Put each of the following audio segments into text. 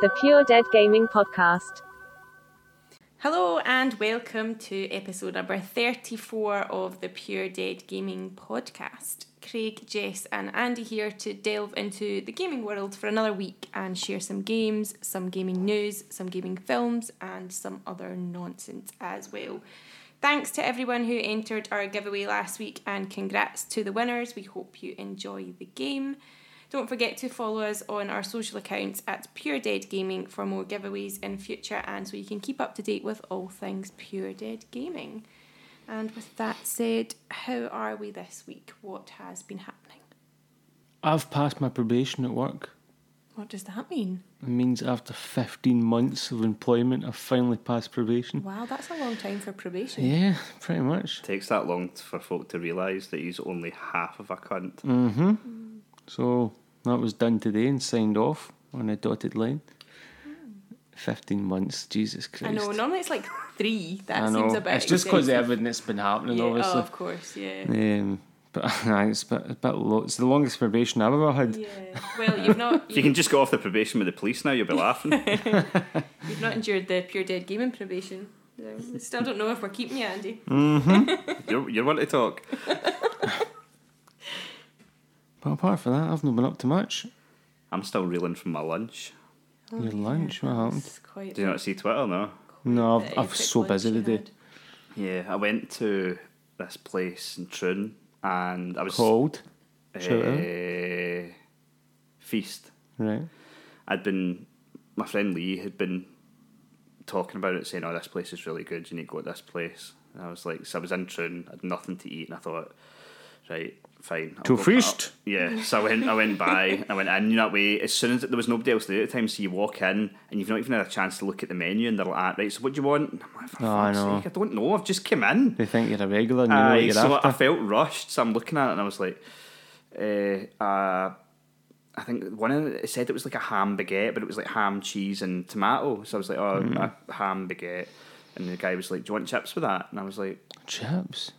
the Pure Dead Gaming Podcast. Hello and welcome to episode number 34 of the Pure Dead Gaming Podcast. Craig, Jess, and Andy here to delve into the gaming world for another week and share some games, some gaming news, some gaming films, and some other nonsense as well. Thanks to everyone who entered our giveaway last week and congrats to the winners. We hope you enjoy the game. Don't forget to follow us on our social accounts at Pure Dead Gaming for more giveaways in future and so you can keep up to date with all things Pure Dead Gaming. And with that said, how are we this week? What has been happening? I've passed my probation at work. What does that mean? It means after 15 months of employment, I've finally passed probation. Wow, that's a long time for probation. Yeah, pretty much. takes that long t- for folk to realise that he's only half of a cunt. So that was done today and signed off on a dotted line. 15 months, Jesus Christ. I know, normally it's like three. That I seems know. a bit. It's just because excessive. everything that's been happening, Yeah, obviously. Oh, of course, yeah. Um, but aye, it's a bit, a bit lo- it's the longest probation I've ever had. Yeah. Well, you've not If you you, can just go off the probation with the police now, you'll be laughing. you've not endured the pure dead gaming probation. No. Still don't know if we're keeping you, Andy. Hmm. you're, you're one to talk. But apart from that, I've not been up to much. I'm still reeling from my lunch. Oh, Your lunch, what happened? It's quite. Do you not see Twitter? No. No, the I've, I've epic so lunch busy Uh, you today. had. Yeah, I went to this place in Troon and I was. Cold. Shout out. eh, Feast. Right. I'd been. My friend Lee had been talking about it, saying, oh, this place is really good, you need to go to this place. And I was like, so I was in Troon, I had nothing to eat, and I thought, right, fine. I'll To go feast. up. Yeah, so I went, I went by, I went in, you know, that way, as soon as there was nobody else there at the time, so you walk in, and you've not even had a chance to look at the menu, and they're like, "Ah, right, so what do you want? And I'm like, for Oh, I fuck's know. sake, I don't know, I've just come in. They think you're a regular and you know what Aye, you're so after. I felt rushed, so I'm looking at it and I was like, eh, uh, I think one of the, it said it was like a ham baguette, but it was like ham, cheese, and tomato. So I was like, oh, Hmm. a ham baguette. And the guy was like, do you want chips with that? And I was like, Chips.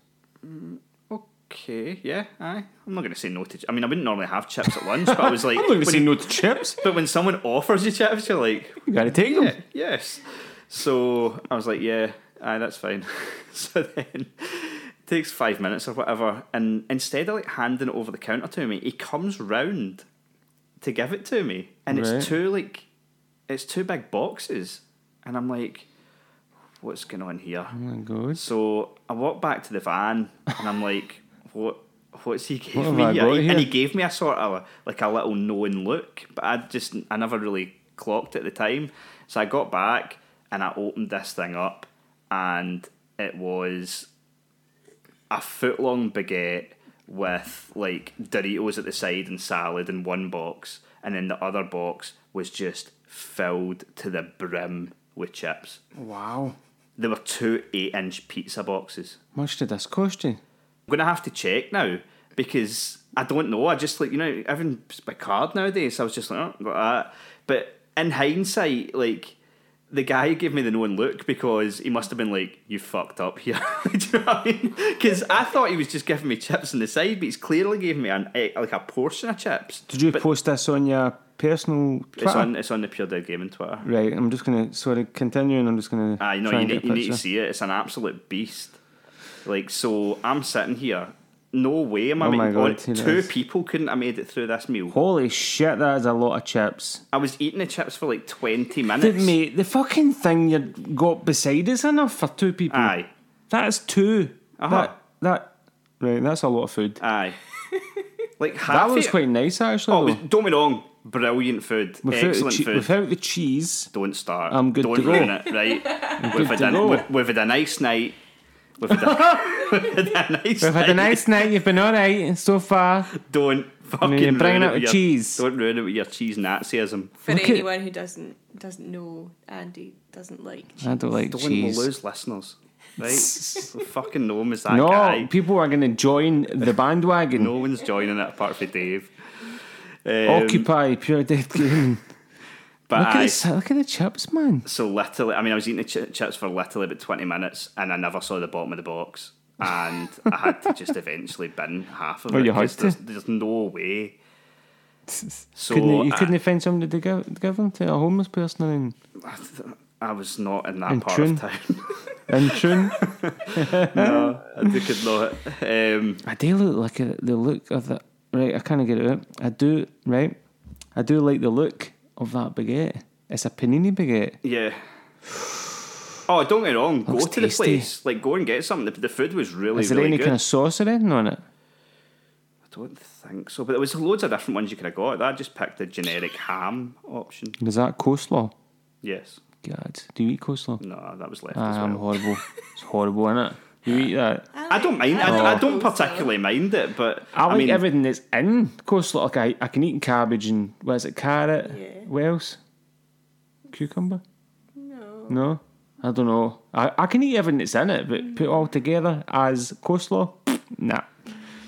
okay, yeah, aye. I'm not going to say no to ch- I mean, I wouldn't normally have chips at lunch, but I was like, when- no to chips. but when someone offers you chips, you're like, You gotta take yeah, yes. So I was like, yeah, aye, that's fine. so then it takes five minutes or whatever, and instead of like handing it over the counter to me, he comes round to give it to me, and Right. it's two like it's two big boxes, and I'm like, what's going on here? Oh my god. So I walked back to the van and I'm like, what? What's he gave What have me? I got And he- here? And he gave me a sort of like a little knowing look, but I just I never really clocked at the time. So I got back and I opened this thing up, and it was a foot long baguette with like Doritos at the side and salad in one box, and then the other box was just filled to the brim with chips. Wow. There were two eight inch pizza boxes. Much did this cost you? I'm gonna have to check now because I don't know. I just like you know everything's by card nowadays. I was just like, oh, got that. But in hindsight, like the guy gave me the knowing look because he must have been like, "You fucked up here." Do you know what I mean? Because I thought he was just giving me chips on the side, but he's clearly giving me an eh, like a portion of chips. Did you But post this on your personal Twitter? It's on. It's on the Pure Dead Gaming Twitter. Right, I'm just gonna sorry, continue and I'm just gonna I know try Ah, and you need, get a you need to picture. see it. It's an absolute beast. Like so, I'm sitting here. No way am I Oh my making God, on- it two is. people couldn't have made it through this meal. Holy shit, that is a lot of chips. I was eating the chips for like twenty Did, minutes. mate, the fucking thing you got beside is enough for two people. Aye, That is two. Uh-huh. That that right, that's a lot of food. aye. like half that was it- quite nice actually. Oh, it though. was, don't be wrong. Brilliant food. without, Excellent the che- food. without the cheese, don't start. I'm good don't to go. ruin it. Right. good we've, had to a, go. we- we've had a nice night. We've had a, we've had a nice. we've had a night. nice night. You've been all right so far. Don't fucking you're bringing ruin out the it with your- cheese. Don't ruin it with your cheese Nazism. For Look at- anyone who doesn't doesn't know, Andy doesn't like cheese. I don't like Don't cheese. we'll lose listeners, right? The fucking gnome is that no, guy. people are going to join the bandwagon. No one's joining it apart from Dave. Um, Occupy pure dead gaming. but look, at aye, the, si- look at the chips, man. so literally, I mean, I was eating the chi- chips for literally about twenty minutes, and I never saw the bottom of the box, and I had to just eventually bin half of Well, it. you had 'cause to. There's, there's no way. So uh, couldn't you, you I- couldn't find somebody to give, give them to a homeless person in I, was not in that In part tune? of town. in tune? no, I do could not. Um, I do look like a, the look of that. Right, I can't get it out. I do right. I do like the look of that baguette. It's a panini baguette. yeah. Oh, don't get me wrong. Go Looks to the tasty. place. Like, go and get something. The, the food was really, Is there really any good. kind of sauce or anything on it? I don't think so. But there was loads of different ones you could have got. I just picked the generic ham option. Is that coleslaw? Yes. God, do you eat coleslaw? No, that was left as Ah, I'm well. horrible. it's horrible, isn't it? You eat that. I don't mind. I, I don't particularly mind it, but I I, like mean, everything that's in coleslaw. Like I, I can eat cabbage and what is it, carrot? Yeah. What else? Cucumber? No. No, I don't know. I, I can eat everything that's in it, but put it all together as coleslaw, nah.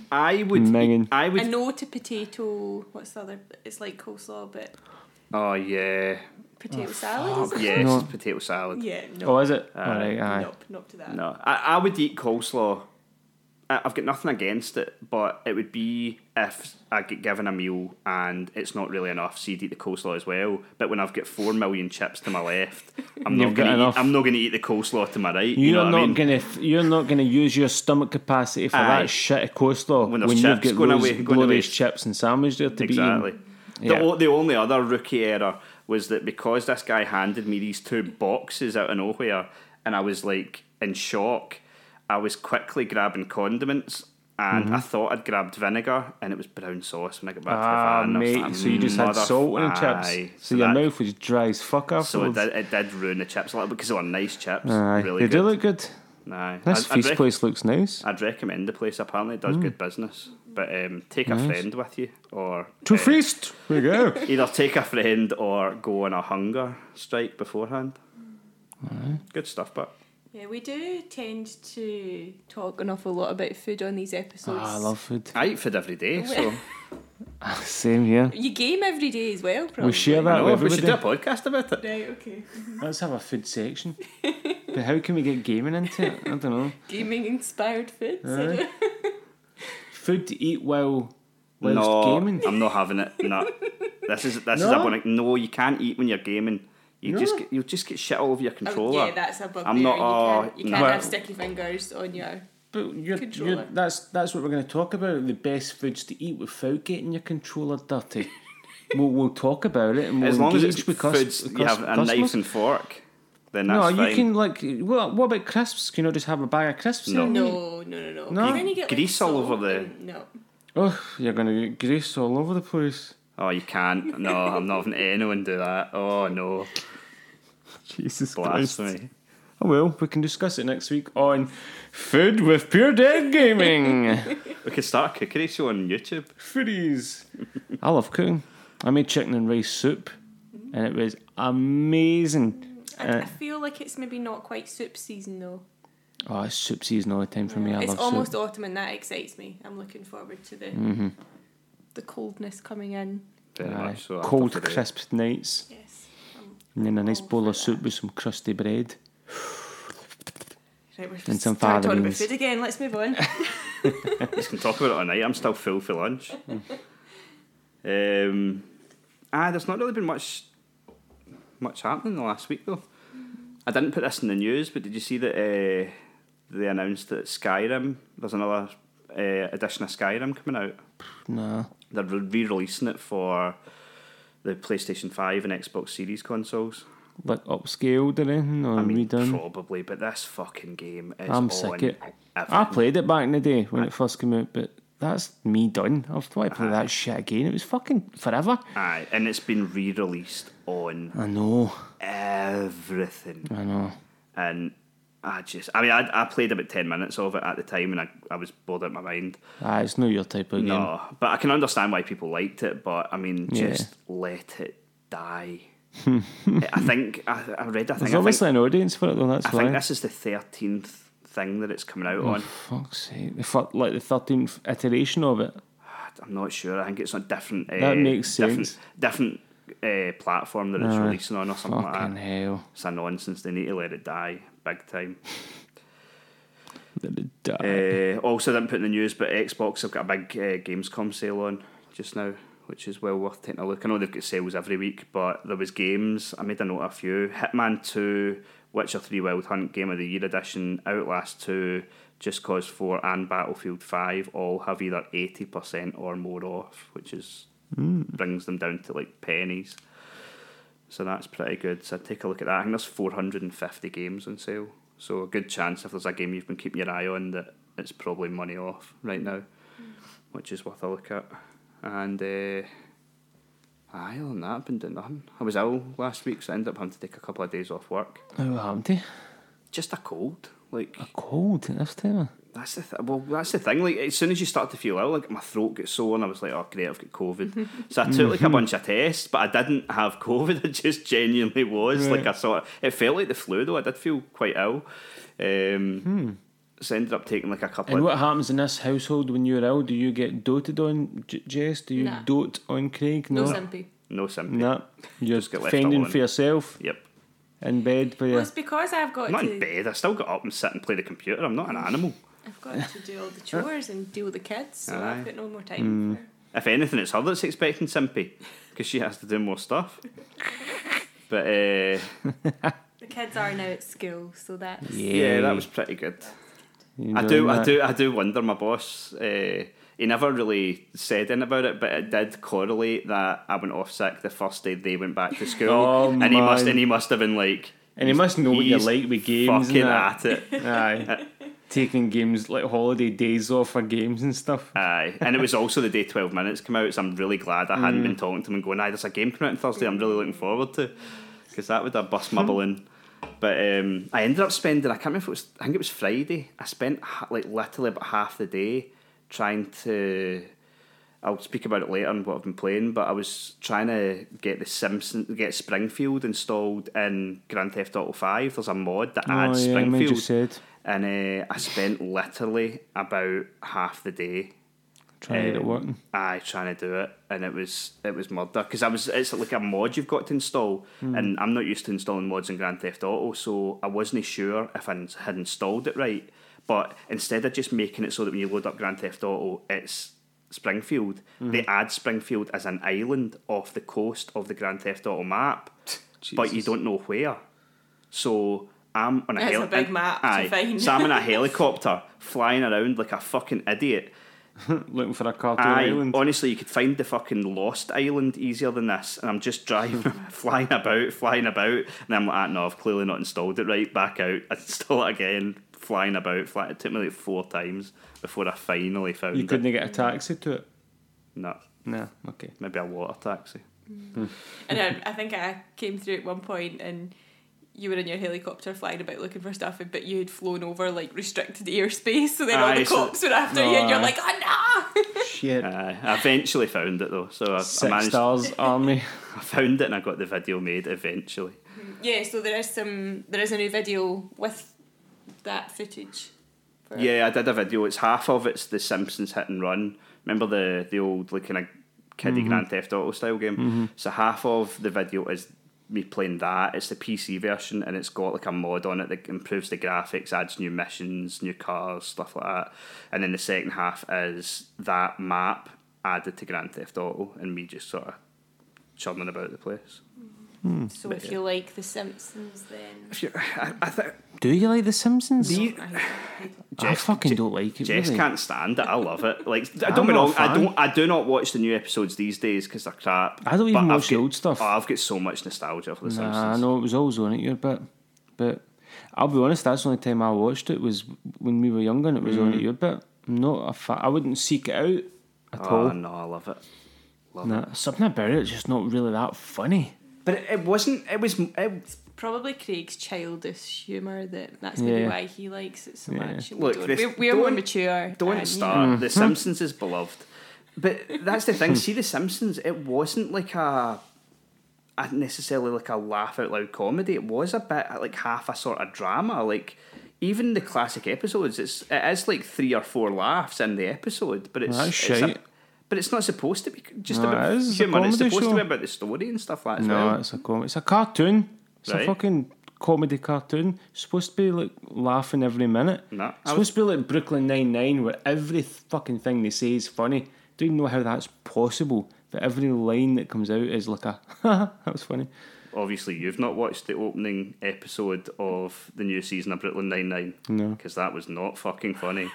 I would. Minging. I A would. no to potato. What's the other? It's like coleslaw, but Oh yeah. potato salad. Is it? Yes, No. potato salad. Yeah. No. Oh, is it? Uh, all right, aye. Nope. Not to that. No, I, I would eat coleslaw. I, I've got nothing against it, but it would be if I get given a meal and it's not really enough, so you'd eat the coleslaw as well. But when I've got four million chips to my left, I'm You've not got gonna. enough. Eat, I'm not gonna eat the coleslaw to my right. You, You're know what not I mean? gonna, you're not gonna use your stomach capacity for Aye. that shit of coleslaw When when, there's you've chips got going those away- going away. glorious chips and sandwich there to Exactly. be eaten. The, Yeah. o- the only other rookie error was that because this guy handed me these two boxes out of nowhere and I was like in shock, I was quickly grabbing condiments and Mm-hmm. I thought I'd grabbed vinegar and it was brown sauce when I got back Ah, to the van. I was mate, like, so you just had "Motherf- salt on the aye." chips, so, your that- mouth was dry as fuck So it afterwards. did, it did ruin the chips a little because they were nice chips. Aye. Really they good. do look good. Aye. This I'd- I'd feast Mm. rec- place looks nice. I'd recommend the place. Apparently, it does good business. But um, take a friend with you, or To uh, feast, we go. either take a friend or go on a hunger strike beforehand. Good stuff, but Yeah, we do tend to talk an awful lot about food on these episodes. Ah, I love food. I eat food every day, so Same here. You game every day as well, probably. We share that I Oh, know, with we should do a everybody. podcast about it. Right, okay. Let's have a food section. but how can we get gaming into it? I don't know. Gaming inspired food. Aye. Food to eat while whilst no, gaming. I'm not having it. No, this is this is No? a one. No, you can't eat when you're gaming. You just get, you'll just get shit all over your controller. yeah, that's a bugbear. I'm not- you can't, oh, you no. can't Well- have sticky fingers on your. But you're, Controller. you're, that's that's what we're going to talk about. The best foods to eat without getting your controller dirty. we'll, we'll talk about it and we'll as long as engage it's with cus- foods, with you cus- have a customers. knife and fork. Then that's No, you fine. can like. Well, what about crisps? Can you not just have a bag of crisps? No. in? No, no, no, no. No. 'Cause then you get, like, Grease all over salt the- and- No. Oh, you're going to get grease all over the place. Oh, you can't. No, I'm not having anyone do that. Oh no, Jesus blasphemy. Oh well, we can discuss it next week on Food with Pure Dead Gaming. We could start a cookery show on YouTube. Foodies. I love cooking. I made chicken and rice soup, and it was amazing. I, Uh, I feel like it's maybe not quite soup season though. Oh, it's soup season all the time for me. I it's love almost soup. autumn and that excites me. I'm looking forward to the Mm-hmm. the coldness coming in. Very Aye. much so. Cold, After today. crisp nights, Yes. and then a nice all bowl for of soup with some crusty bread. Right, we're And starting some to talk about fatherings. food again. Let's move on. Just can talk about it all night. I'm still full for lunch. um, ah, there's not really been much much happening in the last week though. I didn't put this in the news, but did you see that uh, they announced that Skyrim? There's another uh, edition of Skyrim coming out. Nah, They're re-releasing it for the PlayStation Five and Xbox Series consoles. like upscaled or anything or I mean, redone. probably, but this fucking game is I'm on sick of it. I everything. played it back in the day when it first came out, but that's me done. I've tried to play that shit again. It was fucking forever. Aye, and it's been re-released on I know. everything. I know. And I just, I mean, I, I played about 10 minutes of it at the time and I, I was bored out of my mind. Ah, it's not your type of game. No, but I can understand why people liked it, but I mean, Yeah. just let it die. I think, I, I read, I think, There's I obviously think, an audience for it though. That's I why. think this is the 13th thing that it's coming out on. Fuck's sake! The fir- like the thirteenth iteration of it. I'm not sure. I think it's on different. Uh, That makes sense. Different, different uh, platform that it's releasing on or something like Fucking that. hell! It's a nonsense. They need to let it die big time. Let Eh. it die. Uh, also, didn't put in the news, but Xbox have got a big uh, Gamescom sale on just now, which is well worth taking a look. I know they've got sales every week, but there was games. I made a note of a few. Hitman 2, Witcher 3 Wild Hunt Game of the Year Edition, Outlast 2, Just Cause 4 and Battlefield 5 all have either 80% or more off, which is brings them down to like pennies. So that's pretty good. So take a look at that. I think there's 450 games on sale. So a good chance if there's a game you've been keeping your eye on that it's probably money off right now, which is worth a look at. And uh, aye, other than that, I've been doing nothing. I was ill last week, so I ended up having to take a couple of days off work. Oh, what happened to you? Just a cold. Like A cold at this time. that's the th- well, that's the thing. Like as soon as you start to feel ill, like my throat gets sore, and I was like, "Oh great, I've got COVID." so I took like Mm-hmm. a bunch of tests, but I didn't have COVID. I just genuinely was like I saw it. It felt like the flu though. I did feel quite ill. Um, So I ended up taking like a couple. Hmm. And of, what happens in this household when you're ill? Do you get doted on, J- Jess? Do you Nah. dote on Craig? No, No. simply. no sympathy. Nah. You're Just get left fending alone. for yourself Yep. in bed for Well, your it's because I've got I'm not to. in bed. I still got up and sit and play the computer. I'm not an animal. I've got to do all the chores and deal with the kids, so Aye. I've got no more Mm. time. If anything, it's her that's expecting Simpy because she has to do more stuff. But uh, For. The kids are now at school, so that's yeah, that was pretty good. You I do, enjoying I that? do, I do wonder. My boss, uh, he never really said anything about it, but it did correlate that I went off sick the first day they went back to school, Oh, and he must, man. and he must have been like, And you must know what you he's like with games. and fucking that. at it. Aye. Taking games like holiday days off for games and stuff. Aye, and it was also the day Twelve Minutes came out, so I'm really glad I Mm. hadn't been talking to him and going, "Aye, there's a game coming out on Thursday. I'm really looking forward to," because that would have bust Hmm. my balloon. But um, I ended up spending. I can't remember if it was. I think it was Friday. I spent ha- like literally about half the day trying to. I'll speak about it later and what I've been playing, but I was trying to get the Simpson, get Springfield installed in Grand Theft Auto Five. There's a mod that adds Oh, yeah, I mean, Springfield, you said. and uh, I spent literally about half the day Trying to get it Um, working. Aye, trying to do it, and it was it was murder because I was it's like a mod you've got to install, and I'm not used to installing mods in Grand Theft Auto, so I wasn't sure if I had installed it right. But instead of just making it so that when you load up Grand Theft Auto, it's Springfield, they add Springfield as an island off the coast of the Grand Theft Auto map, but you Jesus. don't know where. So I'm on a It's a heli- big map to Aye, find. so I'm in a helicopter flying around like a fucking idiot. Looking for a cartoon Aye, island. honestly, you could find the fucking Lost Island easier than this. And I'm just driving, flying about, flying about, and I'm like, ah, no, I've clearly not installed it right. Back out, I install it again, flying about. Fly. It took me like four times before I finally found You it. couldn't get a taxi to it. No, No, okay. maybe a water taxi. And I, I think I came through at one point and you were in your helicopter flying about looking for stuff, but you had flown over like restricted airspace, so then all Aye, the so- cops were after you, and you're Aye. like, oh no! Shit. Aye, Uh, I eventually found it though, so I, I Six managed. stars army. I found it and I got the video made eventually. yeah, so there is some, there is a new video with that footage. for- Yeah, I did a video. It's half of it's the Simpsons hit and run. Remember the the old like kind of kiddie Grand Theft Auto style game. So half of the video is me playing that. It's the PC version and it's got like a mod on it that improves the graphics, adds new missions, new cars, stuff like that. And then the second half is that map added to Grand Theft Auto and me just sort of churning about the place. So if you like The Simpsons, then If you, I, I think Do you like The Simpsons? these, I don't know. I Jess- fucking Je- don't like it. Jess really. can't stand it. I love it. Like, I I'm don't get not wrong. a I fan. don't. I do not watch the new episodes these days because they're crap. I don't even but I've watch the got- old stuff. Oh, I've got so much nostalgia for the Nah, I Simpsons. know it was always on at your bit, but I'll be honest. That's the only time I watched it was when we were younger and it was on Mm. at your bit. I'm not a fa- I wouldn't seek it out at Oh all. no, I love it. Nah, something about it's just not really that funny. But it, it wasn't. It was. It, Probably Craig's childish humour that that's maybe Yeah. why he likes it so Yeah. much. and we Look, don't- this- we're, we're more don't- mature. don't and- start. Mm. The Simpsons is beloved, but that's the thing. See, the Simpsons. It wasn't like a. a- necessarily like a laugh out loud comedy. It was a bit like half a sort of drama. Like even the classic episodes, it's it is like three or four laughs in the episode, but it's, That's it's a- shite. but it's not supposed to be just No, about it is. It's a humour. It's comedy supposed to show. be about the story and stuff like that. as No, well. it's a com- It's a cartoon. It's a Right. fucking comedy cartoon. It's supposed to be like laughing every minute. No, it's I supposed to be like Brooklyn Nine Nine, where every th- fucking thing they say is funny. Don't even know how that's possible. But every line that comes out is like a, that was funny. Obviously, you've not watched the opening episode of the new season of Brooklyn Nine Nine. No. Mm-hmm. because that was not fucking funny.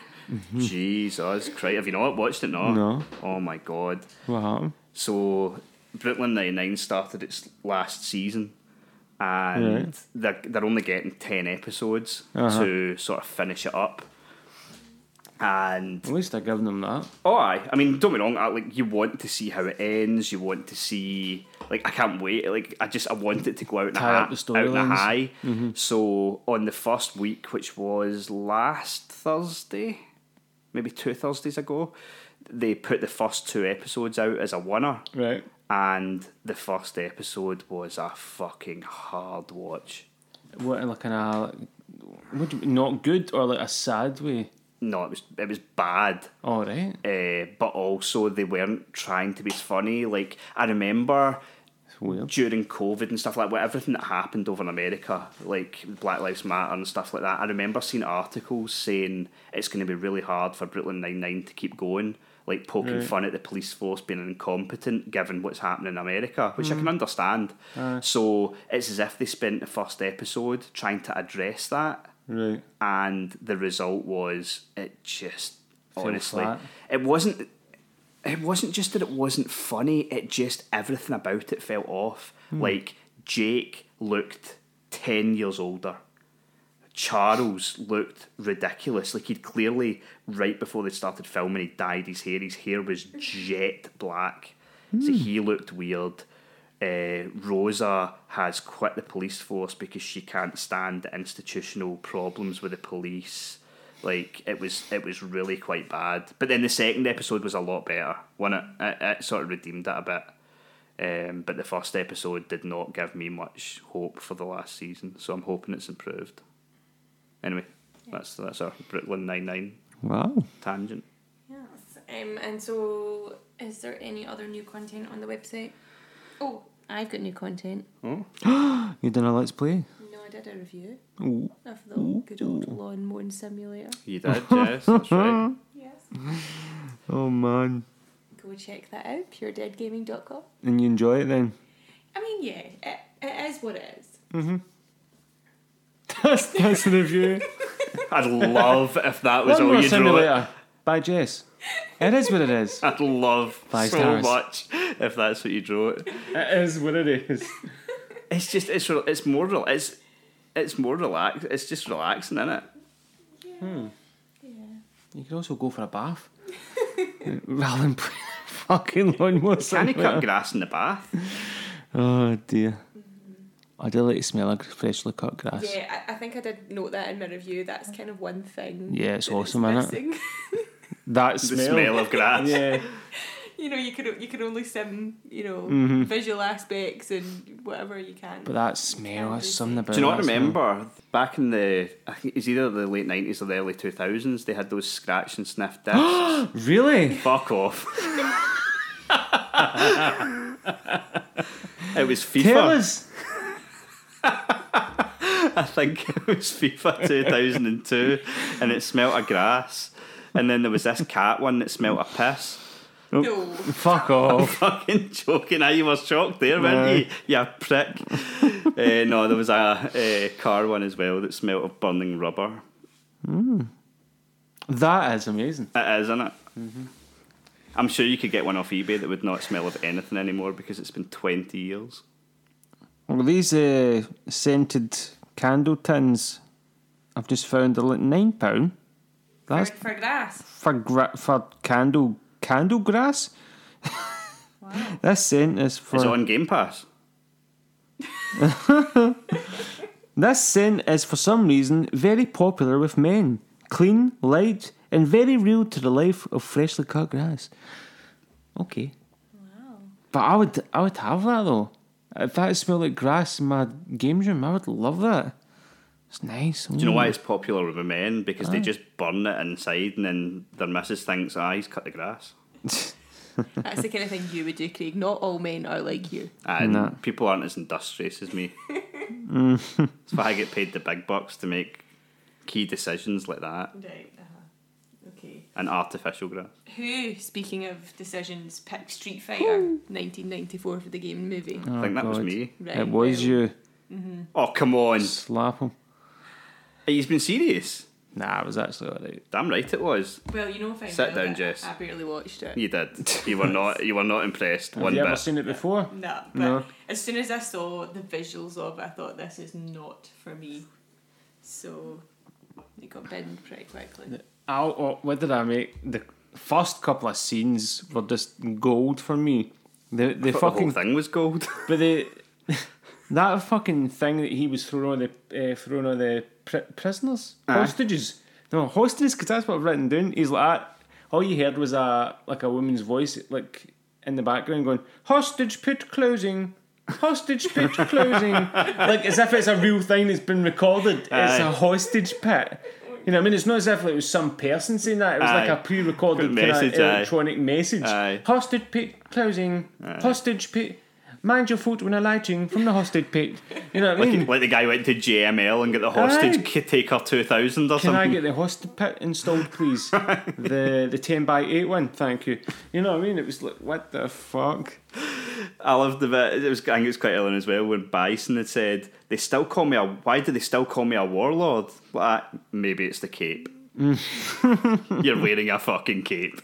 Jesus Christ, have you not watched it? Not? No. Oh my god. What happened? So Brooklyn Nine Nine started its last season, and Right. they're they're only getting ten episodes Uh-huh. to sort of finish it up. And At least I give them that. oh, aye. I mean, don't be wrong. I, like you want to see how it ends. You want to see like I can't wait. Like I just I want it to go out in a, Tie up the ha- out in a storylines. Mm-hmm. high. So on the first week, which was last Thursday, maybe two Thursdays ago, they put the first two episodes out as a winner Right. and the first episode was a fucking hard watch. What, like in a, would you, not good or like a sad way? No, it was it was bad, All right. uh, but also they weren't trying to be funny. Like I remember It's weird. during COVID and stuff like that, everything that happened over in America, like Black Lives Matter and stuff like that, I remember seeing articles saying it's going to be really hard for Brooklyn Nine-Nine to keep going, like poking fun at the police force being incompetent given what's happening in America, which I can understand. So it's as if they spent the first episode trying to address that, Right. and the result was it just, honestly, flat. it wasn't it wasn't just that it wasn't funny, it just everything about it fell off. Like Jake looked 10 years older. Charles looked ridiculous. Like he'd clearly, right before they started filming, he dyed his hair. His hair was jet black. So he looked weird. Uh, Rosa has quit the police force because she can't stand the institutional problems with the police. Like it was, it was really quite bad. But then the second episode was a lot better. When it, it, it sort of redeemed it a bit. Um, but the first episode did not give me much hope for the last season, so I'm hoping it's improved. Anyway, that's that's our Brooklyn Nine Nine Wow. tangent. Yes. Um, and so, is there any other new content on the website? Oh, I've got new content. You done a let's play? No, I did a review Ooh. of the old- good old lawn mowing simulator. You did, yes, that's right. Yes. Oh man. Go check that out, puredeadgaming.com. And you enjoy it then? I mean, yeah, it, it is what it is. that's that's the review. I'd love if that was One all more you drew. simulator by Jess. It is what it is. I'd love Five so stars. much if that's what you drew. It. It is what it is. It's just it's re- it's more rel- it's it's more relaxed. It's just relaxing, isn't it? Yeah. You could also go for a bath rather than play fucking lawnmower. Can you cut simulator. grass in the bath? Oh dear. I do like the smell of freshly cut grass. Yeah, I, I think I did note that in my review. That's kind of one thing. Yeah, it's that is awesome, innit? missing. That The smell. smell of grass. yeah. you know, you could you could only sim, you know, visual aspects and whatever you can. Mm-hmm. But that smell, that's something about Do you not that smell. remember back in the I think it was either the late nineties or the early two thousands? They had those scratch and sniff discs. Really? Fuck off. it was FIFA. Tell us. I think it was FIFA two thousand and two, and it smelt of grass. And then there was this cat one that smelt of piss. no, Fuck Oh. off. fucking joking. I you was shocked there, weren't you? You prick. uh, no, there was a uh, car one as well that smelt of burning rubber. that is amazing. It is, isn't it? I'm sure you could get one off eBay that would not smell of anything anymore because it's been 20 years. Well, these uh, scented candle tins, I've just found they're like nine pound. for, That's for grass. for gra- for candle candle grass. Wow. This scent is for Is it on Game Pass? This scent is for some reason very popular with men. Clean, light, and very real to the life of freshly cut grass. Okay. Wow. But I would I would have that though. If that smelled like grass in my game room, I would love that. It's nice. Do you know why it's popular with men? Because they just burn it inside and then their missus thinks, ah, he's cut the grass. That's the kind of thing you would do, Craig. Not all men are like you. And Nah. people aren't as industrious as me. Mm. That's why I get paid the big bucks to make key decisions like that. Right. Uh-huh. Okay. and artificial grass. Who, speaking of decisions, picked Street Fighter 1994 for the game movie? Oh, I think that was God. me. Right, it was well, you. Oh come on! Slap him. He's been serious. Nah, it was actually alright. Damn right it was. Well, you know if I Sit know down, that, Jess. I barely watched it. You did. You were not. You were not impressed Have one you ever bit. seen it before? No, but No. as soon as I saw the visuals of it, I thought this is not for me. So it got bitten pretty quickly. I'll, oh, what did I make? The first couple of scenes were just gold for me. The the I thought fucking the whole thing was gold. but the that fucking thing that he was throwing on the uh, throwing on the pri- prisoners hostages. No hostages, because that's what I've written down. He's like, that. all you heard was a like a woman's voice like in the background going, "Hostage pit closing." Hostage pit closing, like as if it's a real thing that's been recorded. It's a Aye. hostage pit. You know, what I mean, it's not as if it was some person saying that. It was like Aye. a pre-recorded Good message, message, aye. electronic message. Aye. Hostage pit closing. Hostage pit. Mind your foot when alighting from the hostage pit. You know what I mean? like, like the guy went to JML and got the Aye. hostage ki- taker two thousand or Can I something. get the hostage pit installed, please? the the ten by eight one, thank you. You know what I mean? It was like, what the fuck? I loved the bit. It was. I think it was quite early as well when Bison had said they still call me a. Why do they still call me a warlord? Like, maybe it's the cape. Mm. You're wearing a fucking cape.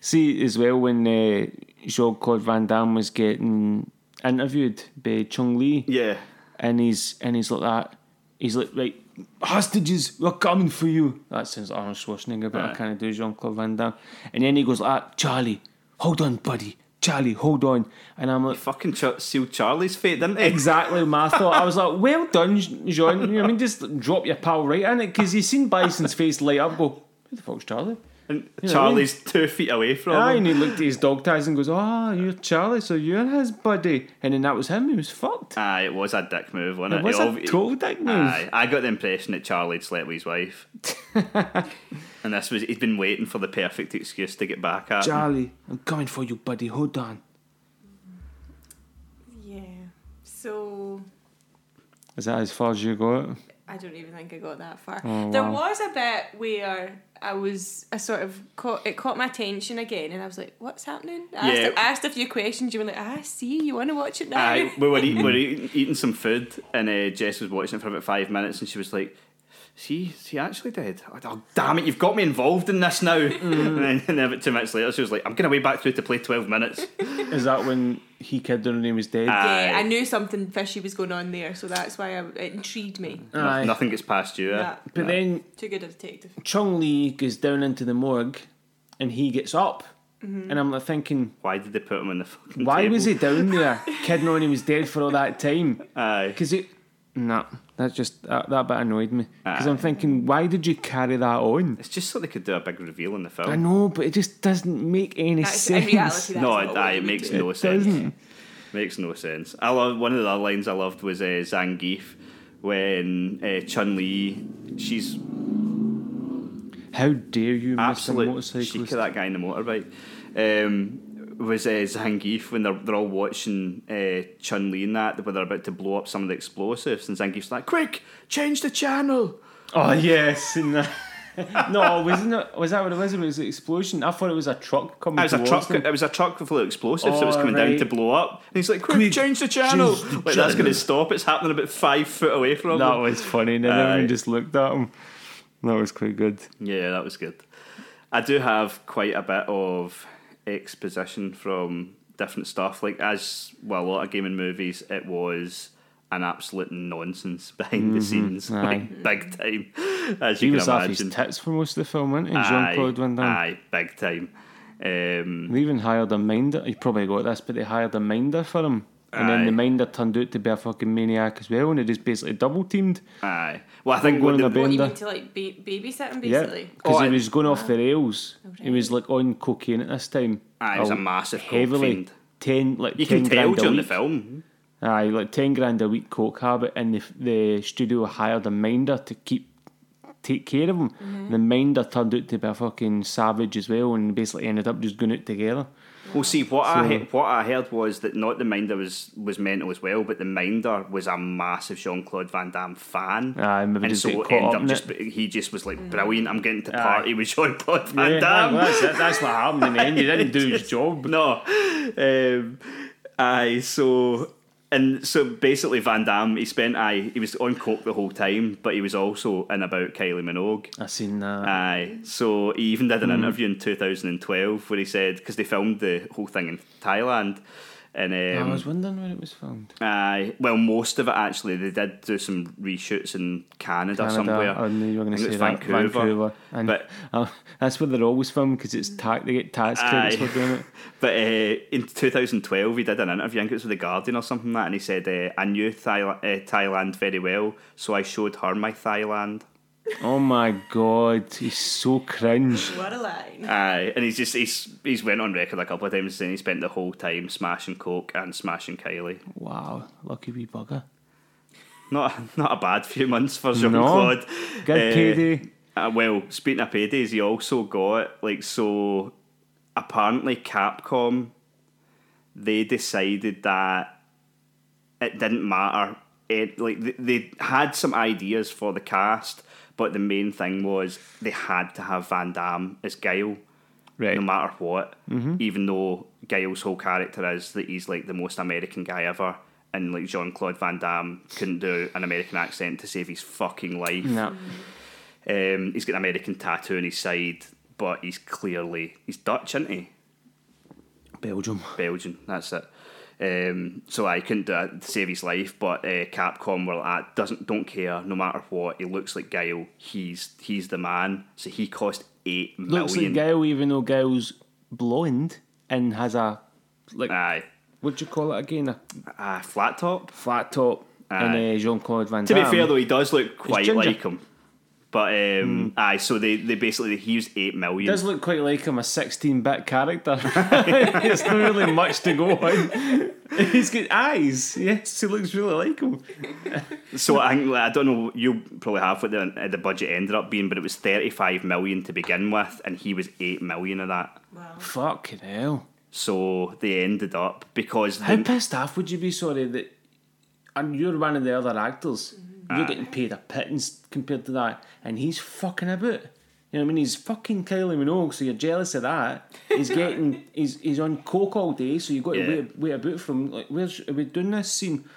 See as well when uh, Jean Claude Van Damme was getting interviewed by Chung Lee, Yeah. and he's and he's like that. He's like right. Hostages, we're coming for you. That sounds like Arnold Schwarzenegger, but I Aye. can't do Jean Claude Van Damme. And then he goes like, that, Charlie, hold on, buddy. Charlie, hold on. And I'm like, Fucking ch- sealed Charlie's fate, didn't it? exactly my thought. I was like, well done, Jean. You know what I mean? Just drop your pal right in it because he's seen Bison's face light up. Go, who the fuck's Charlie? You And know what I mean? Charlie's two feet away from Aye, him. and he looked at his dog tags and goes, "Ah, you're Charlie, so you're his buddy." And then that was him. He was fucked. Aye, it was a dick move, wasn't it? It was He a obvi- total dick move. Aye, I got the impression that Charlie'd slept with his wife. and this was, he'd been waiting for the perfect excuse to get back Uh-uh. at him. Charlie, I'm coming for you, buddy. Hold on. Yeah. So Is that as far as you got? I don't even think I got that far. Oh, there wow. was a bit where I was, I sort of caught it caught my attention again, and I was like, "What's happening?" I, Yeah. asked, I asked a few questions. You were like, "I see, you want to watch it now?" Aye, we were, eat, we were eating, eating some food, and uh, Jess was watching it for about five minutes, and she was like, "She, she actually did." I- Oh, damn it! You've got me involved in this now. Mm. And then, and then about two minutes later, she was like, "I'm going to way back through to play twelve minutes." Is that when he kid her and he was dead? Yeah, Aye. I knew something fishy was going on there, so that's why I, it intrigued me. Aye. Nothing gets past you. eh? Yeah. But then Too good a detective. Chung Lee goes down into the morgue, and he gets up, and I'm like thinking, Why did they put him on the fucking? why was he table? down there, kidding on he was dead for all that time? Aye. Because it, nah, that just that, that bit annoyed me. Because Aye. I'm thinking, why did you carry that on? It's just so they could do a big reveal in the film. I know, but it just doesn't make any That's, in sense. reality, that's No, not it, what aye, we it would makes do. no sense. Makes no sense. I love one of the other lines I loved was uh, Zangief when uh, Chun Li, she's How dare you, Mr. absolute chic Motorcyclist? of that guy in the motorbike. Um, was uh, Zangief when they're, they're all watching uh, Chun Li and that where they're about to blow up some of the explosives and Zangief's like, "Quick, change the channel." Oh yes, and that- no, wasn't it? Was that what it was? It was an explosion. I thought it was a truck coming. It was a towards truck. them. It was a truck full of explosives that was Oh, coming right. down to blow up, and he's like, "Quick, change the channel!" change the like that's going channel. to stop. It's happening about five foot away from That him. was funny, and Aye. everyone just looked at him. That was quite good. Yeah, that was good. I do have quite a bit of exposition from different stuff. Like as well, a lot of gaming movies, it was an absolute nonsense behind the scenes, like big time, as He you was can off his imagine. tits for most of the film, wasn't he? Jean Claude Van Damme. aye, big time. Um, They even hired a minder. You probably got this, but they hired a minder for him. And then Aye. the minder turned out to be a fucking maniac as well, and they just basically double teamed. aye. Well, I think Going what in the, a What, you Bender. mean to like ba- babysitting, Yeah, basically? because Oh, he I- was going off the rails. He right. was like on cocaine at this time. aye, it was a Oh, massive coke heavily fiend. ten like You ten can tell grand a during the week. film. Aye, like ten grand a week coke habit, and the the studio hired a minder to keep take care of him. The Minder turned out to be a fucking savage as well, and basically ended up just going out together. Well, see, what I So- he- what I heard was that not the Minder was was mental as well, but the Minder was a massive Jean Claude Van Damme fan. Aye, Ah, maybe and just so get it caught ended up up in Ah. just he just was like brilliant. I'm getting to party with Jean Claude Van Yeah, Damme. that's, it, that's what happened in the end. You didn't do his job. No, um, aye. So and so basically, Van Damme he spent aye he was on coke the whole time, but he was also in about Kylie Minogue. I seen that. Aye. So he even did an interview in 2012 where he said because they filmed the whole thing in Thailand, and I um, was wondering when it was filmed. aye, well, most of it actually they did do some reshoots in Canada. Canada, uh, somewhere. I knew you were going I to think say it was that. Vancouver. And But- uh, that's where they're always filmed because it's tax. They get tax credits Aye. for doing it. But uh, in 2012, he did an interview, I think it was with The Guardian or something like that, and he said, uh, I knew Thail- uh, Thailand very well, so I showed her my Thailand. Oh my god, he's so cringe. What a line. Aye, and he's just, he's he's went on record a couple of times saying he spent the whole time smashing Coke and smashing Kylie. Wow, lucky wee bugger. Not not a bad few months for Jean No. Claude. Good payday. Uh, well, speaking of paydays, he also got like so. Apparently, Capcom they decided that it didn't matter. It like they, they had some ideas for the cast, but the main thing was they had to have Van Damme as Guile, Right. Mm-hmm. no matter what. Even though Guile's whole character is that he's like the most American guy ever. And like Jean Claude Van Damme couldn't do an American accent to save his fucking life. No. Um, he's got an American tattoo on his side, but he's clearly he's Dutch, isn't he? Belgium. Belgian. That's it. Um, so I couldn't do it to save his life, but uh, Capcom were like, "Ah, doesn't don't care, no matter what. He looks like Guile. He's he's the man. So he cost eight million. Looks like Gail, even though Gail's blonde and has a like Aye, what do you call it again? A ah, flat top. flat top Aye. and uh, Jean Claude Van Ah. To Damme. be fair though, he does look quite ginger. Hmm. like him. But um, aye, so they, they basically he used eight million. does look quite like him a 16 bit character. There's not really much to go on. He's got eyes. Yes, he looks really like him. So I, think- I don't know. You probably have what the, uh, the budget ended up being, but it was thirty five million to begin with, and he was eight million of that. Wow. Fucking hell. So they ended up because How the- pissed off would you be, sorry, that and you're one of the other actors. Mm-hmm. You're getting paid a pittance compared to that, and he's fucking about. You know what I mean? He's fucking Kylie Minogue, so you're jealous of that. He's getting he's he's on coke all day, so you got to Yeah. wait wait about for him. Like, where's are we doing this scene?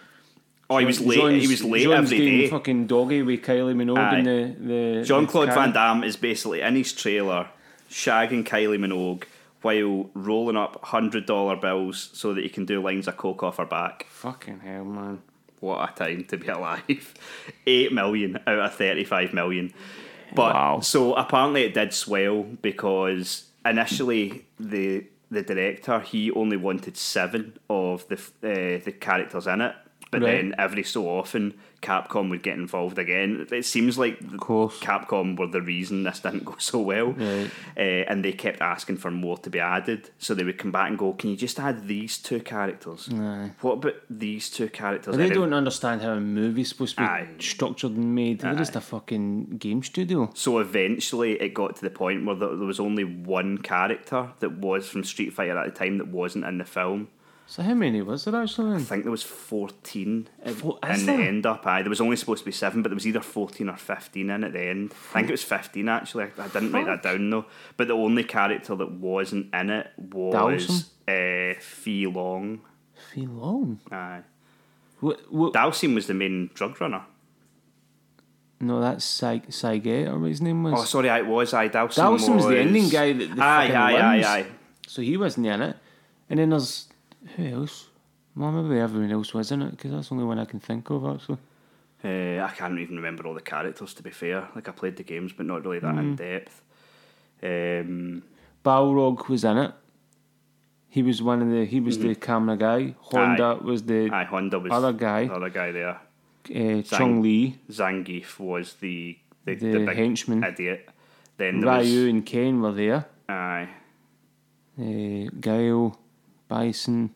oh he was late. he was late John's every getting day. Fucking doggy with Kylie Minogue Aye. and the the John the Claude car- Van Damme is basically in his trailer, shagging Kylie Minogue while rolling up hundred dollar bills so that he can do lines of coke off her back. Fucking hell, man. What a time to be alive. 8 million out of 35 million. But Wow. so apparently it did swell because initially the the director he only wanted 7 of the f- uh, the characters in it. But Right. then every so often Capcom would get involved again. It seems like the course. Capcom were the reason this didn't go so well. Uh, and they kept asking for more to be added. So they would come back and go, Can you just add these two characters? What about these two characters? They And it- don't understand how a movie's supposed to be Aye. structured and made. They're just a fucking game studio. So eventually, it got to the point where there there was only one character that was from Street Fighter at the time that wasn't in the film. So how many was there actually? I think there was fourteen at- Fo- is in the there? end up. Aye, there was only supposed to be seven, but there was either fourteen or fifteen in at the end. I think it was fifteen actually. I, I didn't write that down though. But the only character that wasn't in it was uh, Fee Long. Fee Long. Aye, What, what, Dalsim was the main drug runner. no, that's Sai Saigate or what his name was. Oh, sorry, aye, it was aye. Dalsim. Dalsim was was the Indian guy that the aye, fucking aye, limbs. aye, aye. So he wasn't in it. And then there's who else? Well, maybe everyone else was in it because that's the only one I can think of actually. Uh, I can't even remember all the characters to be fair. Like I played the games, but not really that Hmm. in depth. Um, Balrog was in it. He was one of the. He was the camera guy. Honda was the Mm-hmm. aye, Honda was Other guy. the Other guy there. uh, Chung Lee. Zangief was the the, The big henchman. idiot. Then there Ryu was and Ken were there. aye, Uh, Gail, Bison.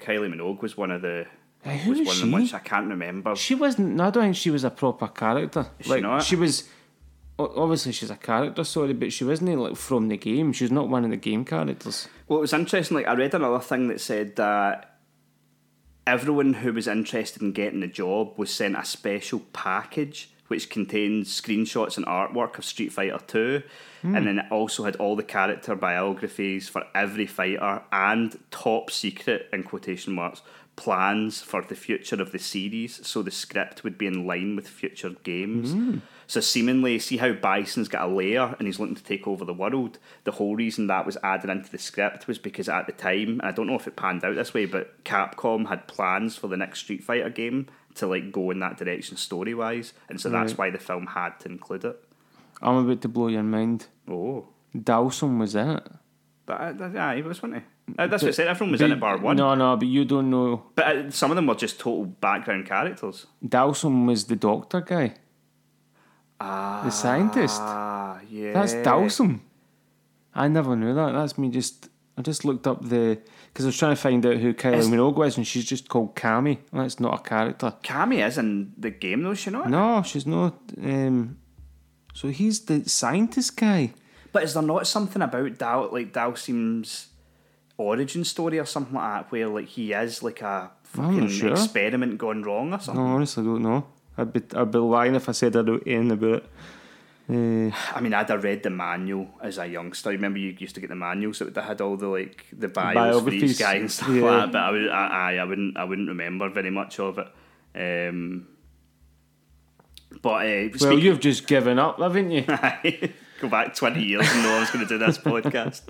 Kylie Minogue was one of the Aye, who was was one of she? them which I can't remember. She wasn't. no, I don't think she was a proper character. she not? was o- obviously she's a character, sorry, but she wasn't like from the game. She's not one of the game characters. Well, it was interesting. Like I read another thing that said that everyone who was interested in getting the job was sent a special package which contained screenshots and artwork of Street Fighter Two, and then it also had all the character biographies for every fighter and top secret in quotation marks plans for the future of the series, so the script would be in line with future games. Hmm. So seemingly, see how Bison's got a lair and he's looking to take over the world. The whole reason that was added into the script was because at the time, and I don't know if it panned out this way, but Capcom had plans for the next Street Fighter game to like go in that direction story wise, and so that's why the film had to include it. I'm about to blow your mind. Oh, Dowson was it. that, that aye, uh, it was Mm, wasn't it? Uh, That's what I said. Everyone was in at bar one, No, no, but you don't know. but uh, some of them were just total background characters. Dowson was the doctor guy. Ah. The scientist. Ah, yeah, That's Dowson. I never knew that. That's me just. I just looked up the because I was trying to find out who Kylie Minogue is, and she's just called Cammy. That's not a character. Cammy is in the game though, is she not? No, she's not. Um, so he's the scientist guy. But is there not something about Dal like Dalsim's origin story or something like that where like he is like a I'm not fucking sure. experiment gone wrong or No, something? honestly, I don't know. I'd be I'd be lying if I said I don't anything about it. Uh, I mean, I'd have read the manual as a youngster. Remember, you used to get the manuals that had all the like the bios for Biographies, each guy and stuff yeah. like that. But I would, I, I, I wouldn't, I wouldn't remember very much of it. Um, but uh, well, speak- you've just given up, haven't you? Go back 20 years and know I was going to do this podcast.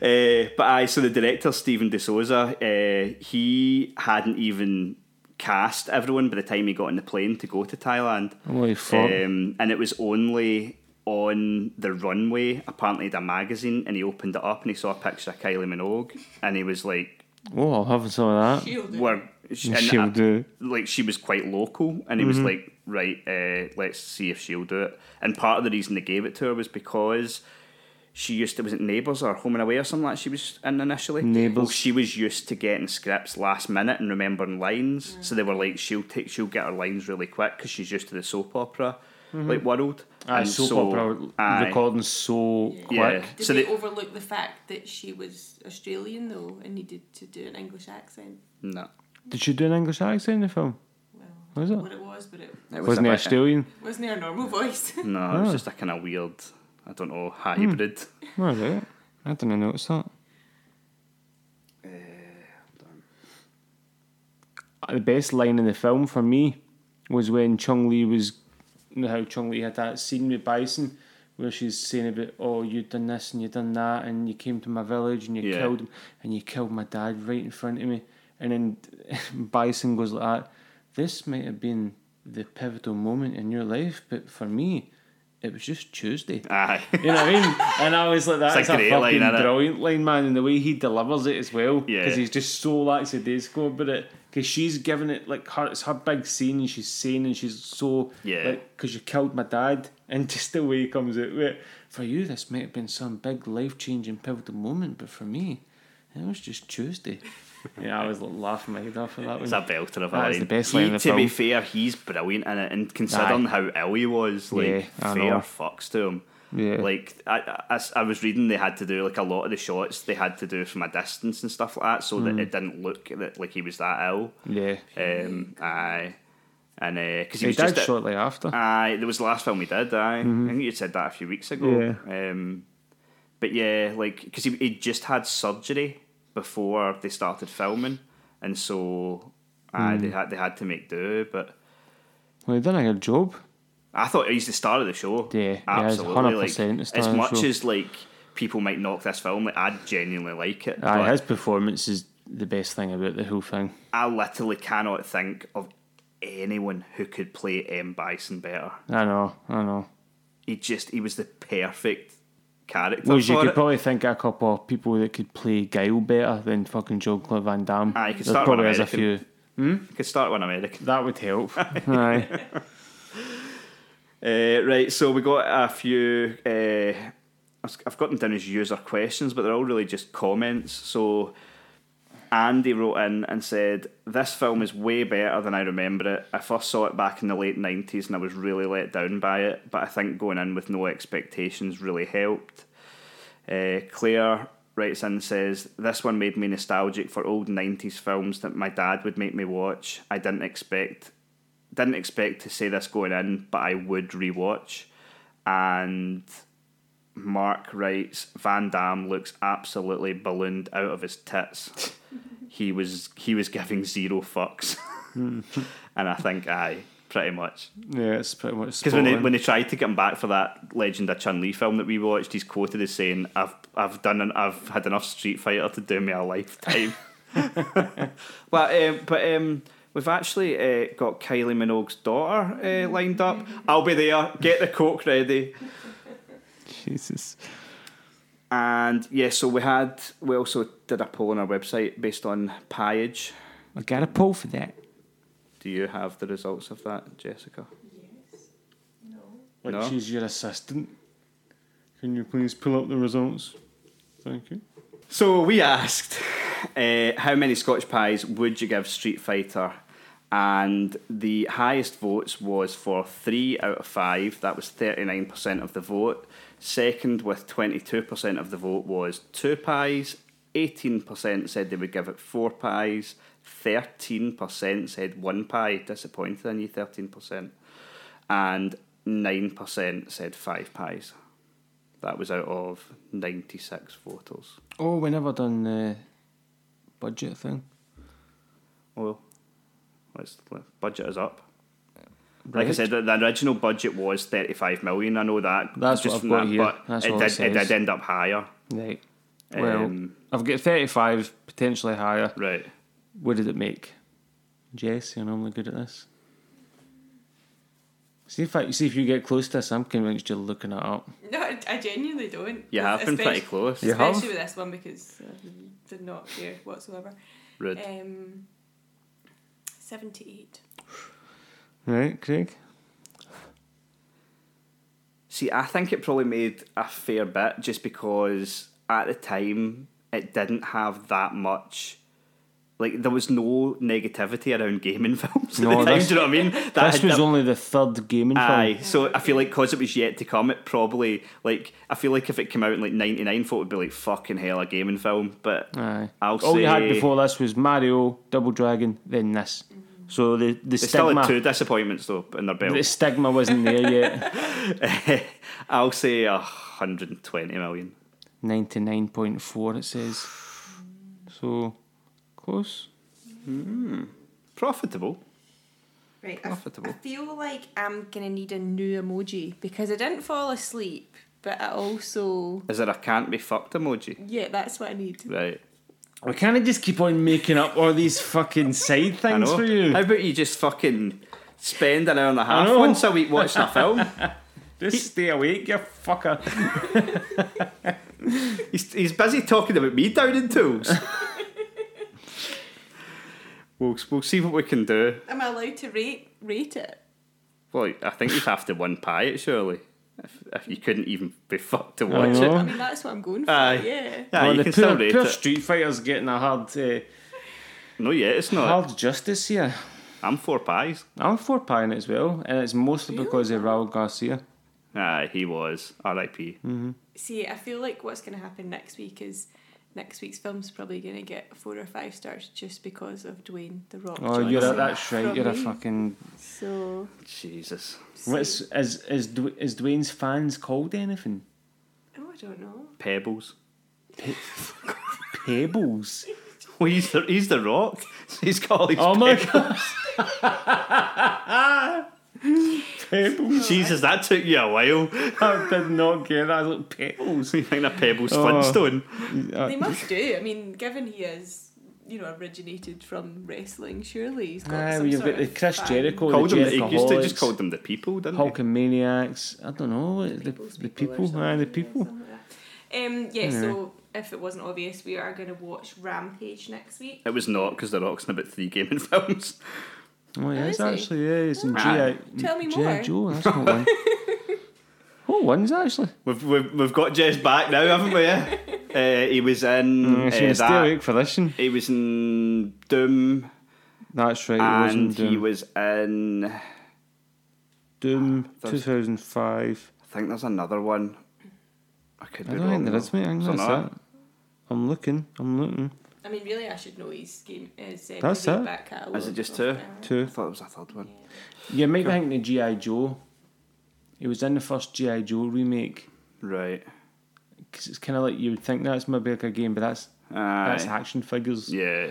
Uh, but I, so the director, Stephen DeSouza, uh, he hadn't even cast everyone by the time he got on the plane to go to Thailand. Holy fuck. Um, and it was only on the runway, apparently, at a magazine, and he opened it up and he saw a picture of Kylie Minogue, and he was like, oh, I'll have some of that. Shield it. were and she'll I- do it. like she was quite local and he was Mm-hmm. like right uh, let's see if she'll do it and part of the reason they gave it to her was because she used to was it neighbours or home and away or something like she was in initially Neighbours. Well, she was used to getting scripts last minute and remembering lines so they were like she'll take she'll get her lines really quick because she's used to the soap opera like world Mm-hmm. Aye, And soap so- opera aye. recording so yeah quick. Did so they, they, overlook the fact that she was Australian though and needed to do an English accent? no Did she do an English accent in the film? Well, Was it? what it was, but it It was Wasn't it Ah. a bit- Australian? wasn't her normal voice. no it was just a kind of weird I don't know Hmm. hybrid All right. I didn't notice that. Uh, Eh, the best line in the film for me was when Chung Lee was, you know how Chung Lee had that scene with Bison, where she's saying about, oh, you done this and you done that, and you came to my village and you Yeah. killed him, and you killed my dad right in front of me, and then Bison goes like that. This might have been the pivotal moment in your life, but for me, it was just Tuesday. aye You know what I mean? And I was like, that's a a, great line, fucking isn't it?" brilliant line, man. And the way he delivers it as well. Yeah. Because he's just so lackadaisical about it. Because she's giving it, like, her, it's her big scene and she's saying, and she's so, Yeah. because you killed my dad. And just the way he comes out with it. For you, this might have been some big life changing pivotal moment, but for me, it was just Tuesday. yeah, I was like, laughing my head off at that It's one. a belter of a That line. is the best he, line in the to be film. fair, he's brilliant in it, and considering how ill he was, like Yeah, I fair know. fucks to him. Yeah. Like I, I, I was reading, they had to do like a lot of the shots they had to do from a distance and stuff like that, so that it didn't look that like he was that ill. Mm. Yeah. Um, aye, and because he He was just died a- Ah. shortly after. Aye, there was the last film we did. Aye, Mm-hmm. I think you said that a few weeks ago. Um, but yeah, like because he he just had surgery before they started filming, and so aye, Mm. they had they had to make do. But well, he done a good job. I thought he's the star of the show. Yeah, yeah, he's absolutely. 100% the like star as of the much show. as like people might knock this film, like I genuinely like it. Aye, but his performance is the best thing about the whole thing. I literally cannot think of anyone who could play M Bison better. I know, I know. He just he was the perfect character. Whereas you for could it. probably think of a couple of people that could play Guile better than fucking Joe Claude Van Damme. Aye, you could There start with probably is a American. few. could start one American. That would help. Aye. Uh, right, so we got a few. Uh, I've- I've got them down as user questions, but they're all really just comments. So Andy wrote in and said, This film is way better than I remember it. I first saw it back in the late 90s and I was really let down by it, but I think going in with no expectations really helped. Uh, Claire writes in and says, This one made me nostalgic for old 90s films that my dad would make me watch. I didn't expect didn't expect to say this going in, but I would rewatch. And Mark writes, Van Damme looks absolutely ballooned out of his tits. he was he was giving zero fucks. and I think aye, pretty much. Yeah, it's pretty much. Because spot when they, on. when they tried to get him back for that Legend of Chun Li film that we watched, he's quoted as saying, "I've I've done an, I've had enough Street Fighter to do me a lifetime." but um, but um, we've actually uh, got Kylie Minogue's daughter uh, lined up. I'll be there. Get the coke ready. Jesus. And yeah, so we had we also did a poll on our website based on piage. I got a pull for that. Do you have the results of that, Jessica? Like No. she's your assistant. Can you please pull up the results? Thank you. So we asked, uh, how many Scotch pies would you give Street Fighter? And the highest votes was for three out of five. That was thirty nine percent of the vote. Second, with twenty two percent of the vote, was two pies. Eighteen percent said they would give it four pies. Thirteen percent said one pie. Disappointed in you, thirteen percent. And nine percent said five pies. That was out of ninety six voters. Oh, we never done the budget thing. Well, let's, let budget is up. Like I Right. said, the, the original budget was thirty-five million. I know that. That's what I've from got here. But That's it what did. it It says. did end up higher. Right. Well, Um, I've got 35, potentially higher. Right. What did it make? Jess, you're normally good at this. See if I, see if you get close to this. I'm convinced you're looking it up. No, I I genuinely don't. You have been pretty Especially- close. Yeah. You have? Especially with this one because I did not care whatsoever. Rude. Um, 78. Right, Craig. See, I think it probably made a fair bit just because at the time it didn't have that much. Like there was no negativity around gaming films at No, the time. this- Do you know what I mean? That this had was the- only the third gaming Aye, film. so I feel like because it was yet to come, it probably like I feel like if it came out in like '99, folk would be like fucking hell a gaming film. But Aye. I'll All you had say- before this was Mario, Double Dragon, then this. So the the they still stigma had two disappointments though in their the belt. stigma wasn't there yet. I'll say 120 million. Ninety nine point four it says. So close. Profitable. Right. I f- Profitable. I feel like I'm going to need a new emoji because I didn't fall asleep, but I also. Is there a can't be fucked emoji? Yeah, that's what I need. Right. We can't just keep on making up all these fucking side I things know. for you. How about you just fucking spend an hour and a half know. once a week watching a film? Just stay awake, you fucker. He's, he's busy talking about me down in tools. we'll, we'll see what we can do. Am I allowed to rate rate it? Well, I think you'd have to one pie it surely. If, if you couldn't even be fucked to I watch know. I it. mean, that's what I'm going for. Aye. Yeah. Yeah, Well, you the poor, can still rate poor it. Street Fighter's getting a hard, uh, no, yeah, it's not. hard justice here. I'm four pies. I'm for pieing as well, and it's mostly because of Raul Garcia. Aye, he was. R.I.P. See, I feel like what's going to happen next week is next week's film's probably going to get four or five stars just because of Dwayne the Rock. Oh, Johnson you're a, that's right. from You're a me. fucking. So Jesus. What's is is Dw- is Dwayne's fans called anything? oh, I don't know. Pebbles. Pebbles. Well, he's the, he's the rock. He's got all these Oh my pebbles. god. Pebbles. Jesus, that took you a while. I did not get that. Look, pebbles. you think a pebbles Oh. Flintstone? Uh, They must do. I mean, given he is, you know, originated from wrestling, surely he's got Aye, some well, you've sort got the of Chris fan. Jericho, Called the them, he used to just Jerichoholics, call them the people, didn't he? Hulkamaniacs. I don't know. The, the people. or aye, the something, yeah, people. something like that. Um, yeah, so if it wasn't obvious, we are going to watch Rampage next week. It was not because the rock's in about three gaming films. Oh, yeah, it's is he? actually, yeah, it's in Ah. G.I. Tell me G.I. more. Joe, that's not one. Oh, one's actually. We've, we've, we've got Jess back now, haven't we? Yeah? Uh, he was in. I uh, should stay that- awake for this. one. He was in Doom, That's right. it and wasn't he Doom. was in. I Doom There's- 2005. think there's another one. I could be I don't wrong. think there though. is, mate. I think Is there that's not? it. I'm looking. I'm looking. I mean, really, I should know his game. His, uh, That's music it. Back catalogue Is it just off two? now. I Two. thought it was a third one. You might be thinking of G.I. Joe. He was in the first G.I. Joe remake. Right. Because it's kind of like you would think that's maybe like a game, but that's that's Aye. action figures. yeah.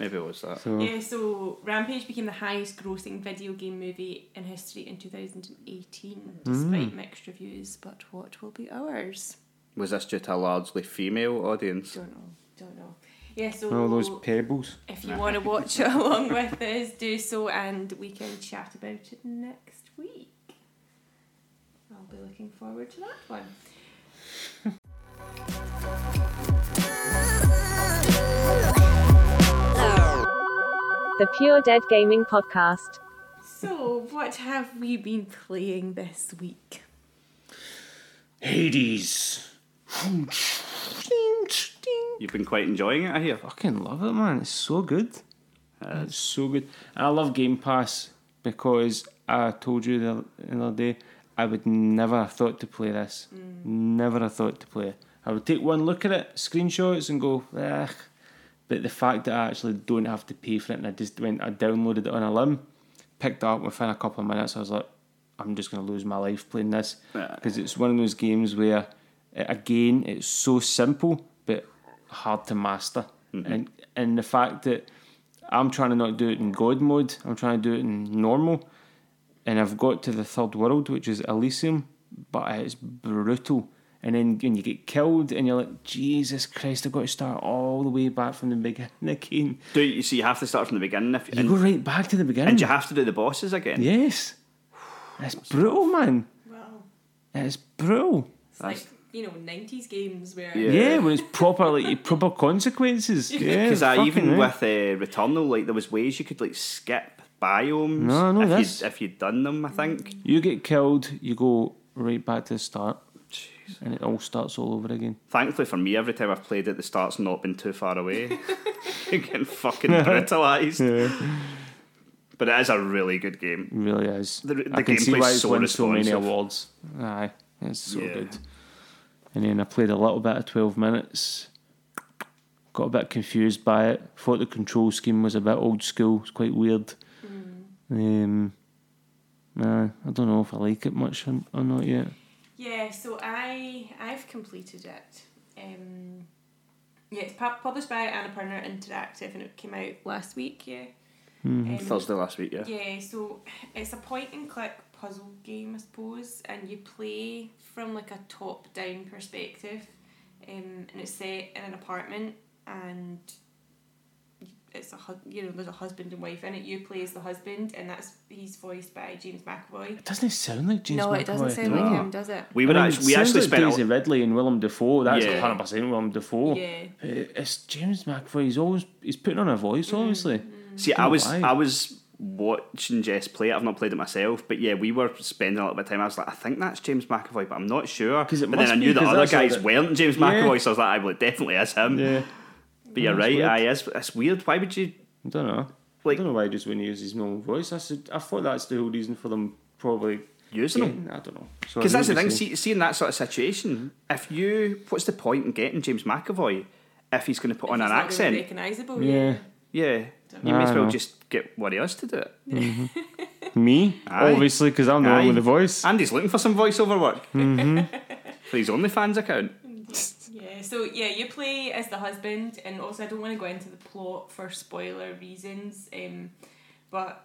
Maybe it was that. So Yeah, so Rampage became the highest grossing video game movie in history in 2018, despite Mm. mixed reviews. But what will be ours? Was this due to a largely female audience? Don't know. Don't know. Yeah, so all those pebbles. if you want to watch along with us, do so, and we can chat about it next week. I'll be looking forward to that one. The Pure Dead Gaming Podcast. So, what have we been playing this week? Hades. You've been quite enjoying it, I hear. Fucking love it, man. It's so good. it's so good. And I love Game Pass because I told you the the other day I would never have thought to play this. Never have thought to play. it. I would take one look at it, screenshots, and go, eh. But the fact that I actually don't have to pay for it, and I just went, I downloaded it on a limb, picked it up within a couple of minutes. I was like, I'm just going to lose my life playing this Yeah. because it's one of those games where, uh, again, it's so simple but hard to master. Mm-hmm. And and the fact that I'm trying to not do it in God mode, I'm trying to do it in normal, and I've got to the third world, which is Elysium, but it's brutal. And then when you get killed, and you're like, Jesus Christ, I've got to start all the way back from the beginning again. Do you see? You have to start from the beginning. If, You and, go right back to the beginning. and you have to do the bosses again. Yes. It's brutal, man. Well, It's brutal. it's That's- like, you know, 90s games where. Yeah. Yeah, when it's proper, like proper consequences. Yeah, Because I even fucking right. with uh, Returnal, like there was ways you could like skip biomes No, no, if that's- you'd if you'd done them. I think. you get killed, you go right back to the start, Jeez. and it all starts all over again. Thankfully for me, every time I've played it, the start's not been too far away. You're getting fucking brutalised. But it is a really good game. It really is. The- the I can see gameplay's why it's so won so many responsive. awards. Aye, it's so Yeah. good. And then I played a little bit of twelve minutes. Got a bit confused by it. Thought the control scheme was a bit old school. It's quite weird. Mm. Um, nah, I don't know if I like it much or or not yet. Yeah, so I I've completed it. Um, yeah, it's pub- published by Annapurna Interactive, and it came out last week. Yeah. Um, Thursday last week, yeah. yeah, so it's a point and click puzzle game, I suppose, and you play from like a top down perspective, um, and it's set in an apartment, and it's a hu- you know there's a husband and wife in it. You play as the husband, and that's he's voiced by James McAvoy. It doesn't sound like James. McAvoy. like No. him, does it? We would I mean, actually, we sounds actually like spent. Daisy a, Ridley and Willem Dafoe. That's Yeah. hundred percent Willem Dafoe. Yeah. Uh, It's James McAvoy. He's always he's putting on a voice. Obviously, see, I was why. I was watching Jess play it. I've not played it myself, but yeah, we were spending a little bit of time. I was like, I think that's James McAvoy, but I'm not sure. 'Cause it but then must I be, knew the 'cause other that's all guys that- weren't James Yeah. McAvoy, so I was like, I well, it definitely is him. yeah. But you're That's right, weird. aye, it's, it's weird. Why would you? I don't know. Like- I don't know why he just wouldn't use his normal voice. I said I thought that's the whole reason for them probably Using him. getting- I don't know. Because that's the thing. See, see, in that sort of situation, if you, what's the point in getting James McAvoy if he's going to put on an accent? Recognisable. Yeah, Yeah, you may I as well know. just get one of us to do it. me Aye. obviously because I'm the Aye. one with the voice. Andy's looking for some voiceover work for his OnlyFans account. Yeah, so yeah, you play as the husband, and also I don't want to go into the plot for spoiler reasons, um, but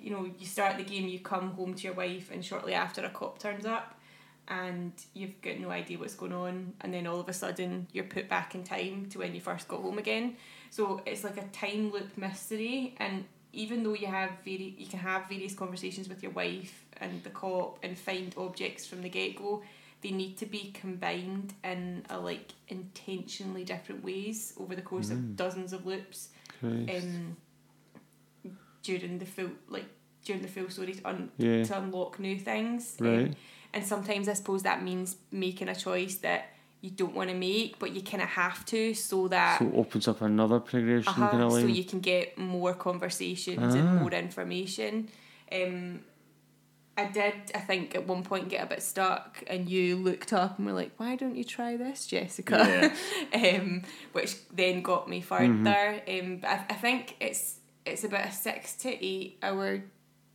you know, you start the game, you come home to your wife, and shortly after a cop turns up, and you've got no idea what's going on, and then all of a sudden you're put back in time to when you first got home again. So it's like a time loop mystery, and even though you have vari- you can have various conversations with your wife and the cop and find objects from the get go, they need to be combined in a like intentionally different ways over the course of dozens of loops Christ. um, during the full like during the full story to, un- Yeah. to unlock new things. Um, Right. and sometimes I suppose that means making a choice that you don't want to make, but you kind of have to, so that So it opens up another progression uh-huh, kind of so line. you can get more conversations and more information. Um, I did, I think, at one point get a bit stuck, and you looked up and were like, "Why don't you try this, Jessica?" um, which then got me further. Um, but I, I think it's it's about a six to eight hour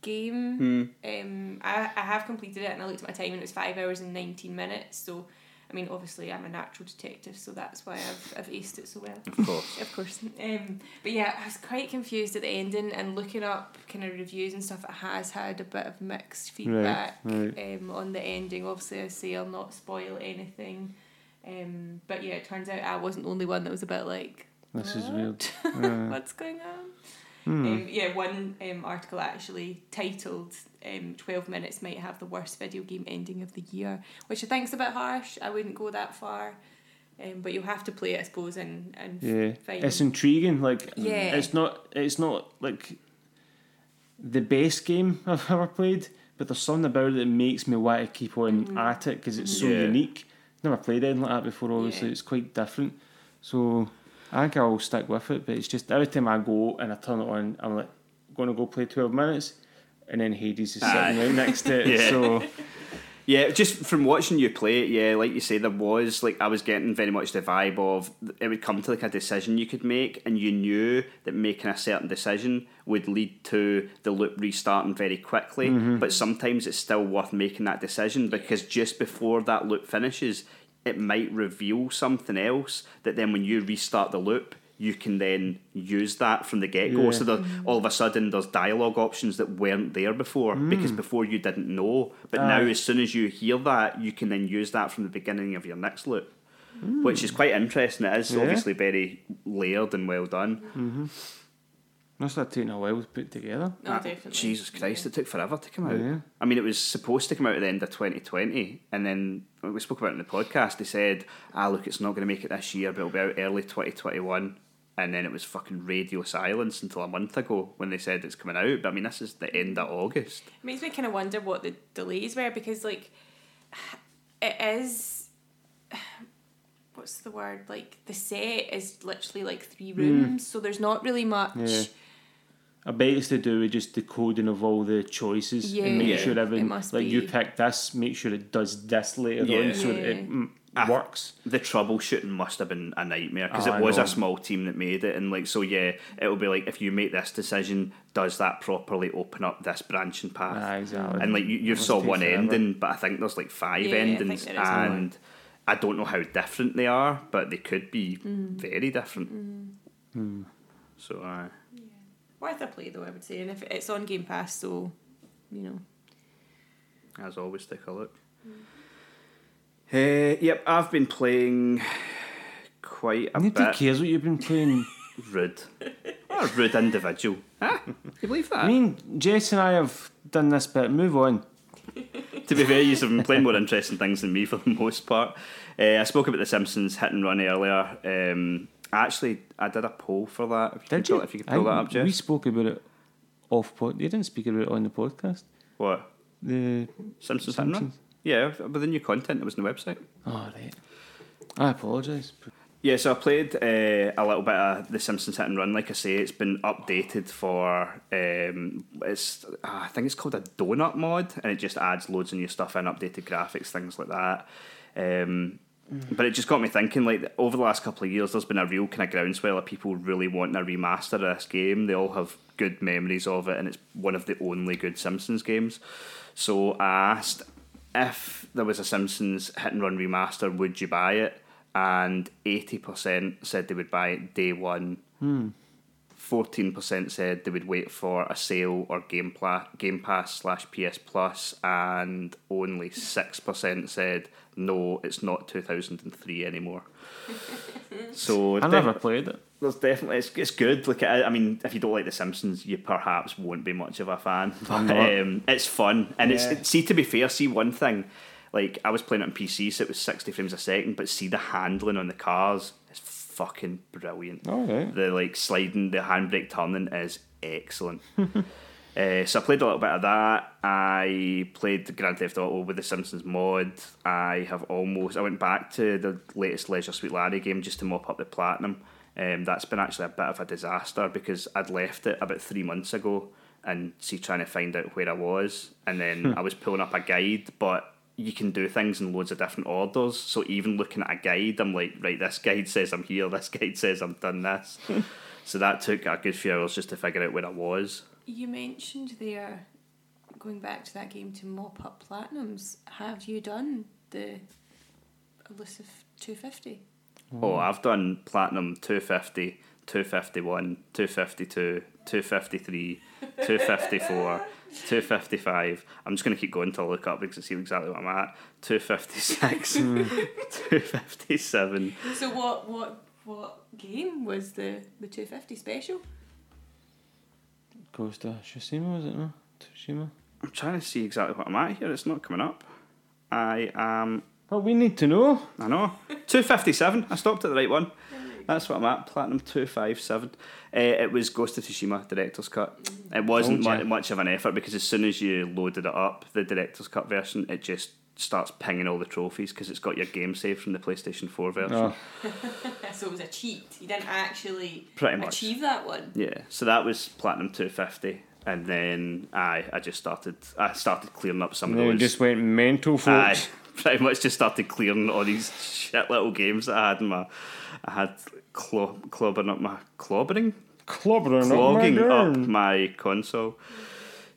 game. Um, I, I have completed it, and I looked at my time, and it was five hours and nineteen minutes. So. I mean, obviously, I'm a natural detective, so that's why I've, I've aced it so well Of course. of course. Um, but yeah, I was quite confused at the ending and looking up kind of reviews and stuff. It has had a bit of mixed feedback right. Um, on the ending. Obviously, I say I'll not spoil anything. Um, but yeah, it turns out I wasn't the only one that was a bit like, This is "What? weird. Uh, Hmm. What's going on? Um, yeah, one um, article actually titled um, 12 Minutes Might Have the Worst Video Game Ending of the Year, which I think's a bit harsh. I wouldn't go that far. Um, but you'll have to play it, I suppose, and, and yeah, find it's intriguing. Like, Yeah. it's not, it's not like the best game I've ever played, but there's something about it that makes me want to keep on at it because it's so Yeah. unique. Never played anything like that before. Obviously, Mm-hmm. Yeah. it's quite different. So I think I'll stick with it. But it's just every time I go and I turn it on, I'm like, gonna go play twelve minutes, and then Hades is sitting Aye. right next to it. Yeah. So Yeah, just from watching you play it, yeah, like you say, there was like I was getting very much the vibe of it would come to like a decision you could make, and you knew that making a certain decision would lead to the loop restarting very quickly. But sometimes it's still worth making that decision because just before that loop finishes, it might reveal something else that then when you restart the loop. You can then use that from the get go. Yeah. So there, all of a sudden, there's dialogue options that weren't there before because before you didn't know, but now Mm. Aye. as soon as you hear that, you can then use that from the beginning of your next loop, which is quite interesting. It is Mm. Yeah. obviously very layered and well done. must have taken a while to put together. No, Uh, definitely. Jesus Christ, it took forever to come out. Yeah. I mean, it was supposed to come out at the end of 2020, and then we spoke about it in the podcast. They said, ah, look, it's not going to make it this year, but it'll be out early 2021. And then it was fucking radio silence until a month ago when they said it's coming out. But I mean, this is the end of August. It makes me kind of wonder what the delays were because, like, it is. What's the word? Like, the set is literally like three Hmm. rooms, so there's not really much. Yeah. I bet it's to do with just the coding of all the choices and make Yeah. sure everything It must like you be. pick this, make sure it does this later Yeah. on, so that Yeah. it mm, Ah. works. the troubleshooting must have been a nightmare because Oh, I it was know. a small team that made it, and like so, yeah, it'll be like if you make this decision, does that properly open up this branching path? Ah, exactly. And like you, you've Must saw take one forever. ending, but I think there's like five Yeah, I think endings, there is more. and I don't know how different they are, but they could be Mm. very different. So, uh, Worth a play, though, I would say. And if it's on Game Pass, so, you know. as always, take a look. Mm. Eh, yep, I've been playing quite a Nobody bit. cares what you've been playing. Rude, what a rude individual. Ah, you believe that? I mean, Jess and I have done this bit. Move on. to be fair, you've been playing more interesting things than me for the most part. Uh, I spoke about The Simpsons hit and run earlier. Um, actually, I did a poll for that. If you Did could you? Pull, if you could I pull that think up, Jeff. We spoke about it off pod. You didn't speak about it on the podcast. What? The Simpsons hit and run? Simpsons. Yeah, with the new content that was on the website. oh right. I apologise. Yeah, so I played uh, a little bit of The Simpsons Hit and Run. Like I say, it's been updated for um, it's uh, I think it's called a donut mod, and it just adds loads of new stuff in, updated graphics, things like that. Um, but it just got me thinking. Like over the last couple of years, there's been a real kind of groundswell of people really wanting a remaster of this game. They all have good memories of it, and it's one of the only good Simpsons games. So I asked if there was a Simpsons Hit and Run remaster, would you buy it? and 80% said they would buy it day one. 14% said they would wait for a sale or Game, pla- game Pass slash PS Plus, and only 6% said, no, it's not 2003 anymore. so I def- never played it. there's definitely, it's, it's good. Like, I, I mean, if you don't like The Simpsons, you perhaps won't be much of a fan. I'm But, not. um, it's fun. And it's, Yeah. it's, see, to be fair, see one thing. Like, I was playing it on PC, so it was 60 frames a second, but see the handling on the cars is fucking brilliant. Oh, All right. The, like, sliding, the handbrake turning is excellent. Uh, so I played a little bit of that. I played Grand Theft Auto with the Simpsons mod. I have almost I went back to the latest Leisure Suite Larry game just to mop up the platinum. Um, that's been actually a bit of a disaster because I'd left it about three months ago and see trying to find out where I was, and then I was pulling up a guide, but you can do things in loads of different orders. So even looking at a guide, I'm like, right, this guide says I'm here, this guide says I've done this. so that took a good few hours just to figure out where I was. You mentioned there, going back to that game to mop up platinums. Have you done the elusive 250? Oh, I've done platinum 250, 251, 252, 253, 254, 255. I'm just going to keep going till I look up because I see exactly what I'm at. 256, 257. So what what what game was the the 250 special? Ghost of Tsushima, was it? No? Tsushima. I'm trying to see exactly what I'm at here. It's not coming up. I am, Well, we need to know. I know, 257. I stopped at the right one. That's what I'm at, Platinum 257. Uh, it was Ghost of Tsushima Director's Cut. It wasn't Told mu- ya. much of an effort because as soon as you loaded it up, the Director's Cut version, it just starts pinging all the trophies because it's got your game save from the PlayStation 4 version. Oh, So it was a cheat. You didn't actually Pretty much. achieve that one. Yeah, so that was Platinum 250. And then I, I just started I started clearing up some and of then we those. just went mental, I folks. pretty much just started clearing all these shit little games that I had in my. I had clo- clobbering up my clobbering, Clobbering clogging up up my my console.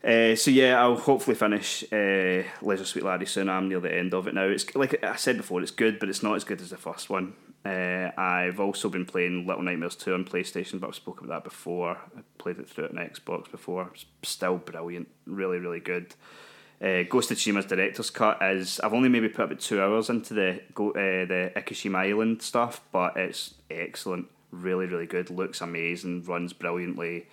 Uh, so yeah, I'll hopefully finish uh, Leisure Suite Larry soon. I'm near the end of it now. It's like I said before, it's good, but it's not as good as the first one. Uh, I've also been playing Little Nightmares two on PlayStation, but I've spoken about that before. I played it through it on Xbox before. It's still brilliant, really, really good. Uh, Ghost of Tsushima's director's cut is I've only maybe put about two hours into the go, uh, the Ikishima Island stuff, but it's excellent, really, really good. Looks amazing, runs brilliantly.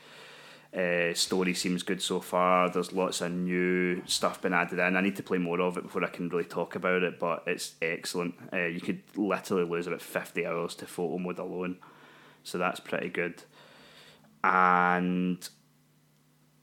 Uh, story seems good so far. There's lots of new stuff been added in. I need to play more of it before I can really talk about it, but it's excellent. Uh, you could literally lose about 50 hours to photo mode alone, so that's pretty good. And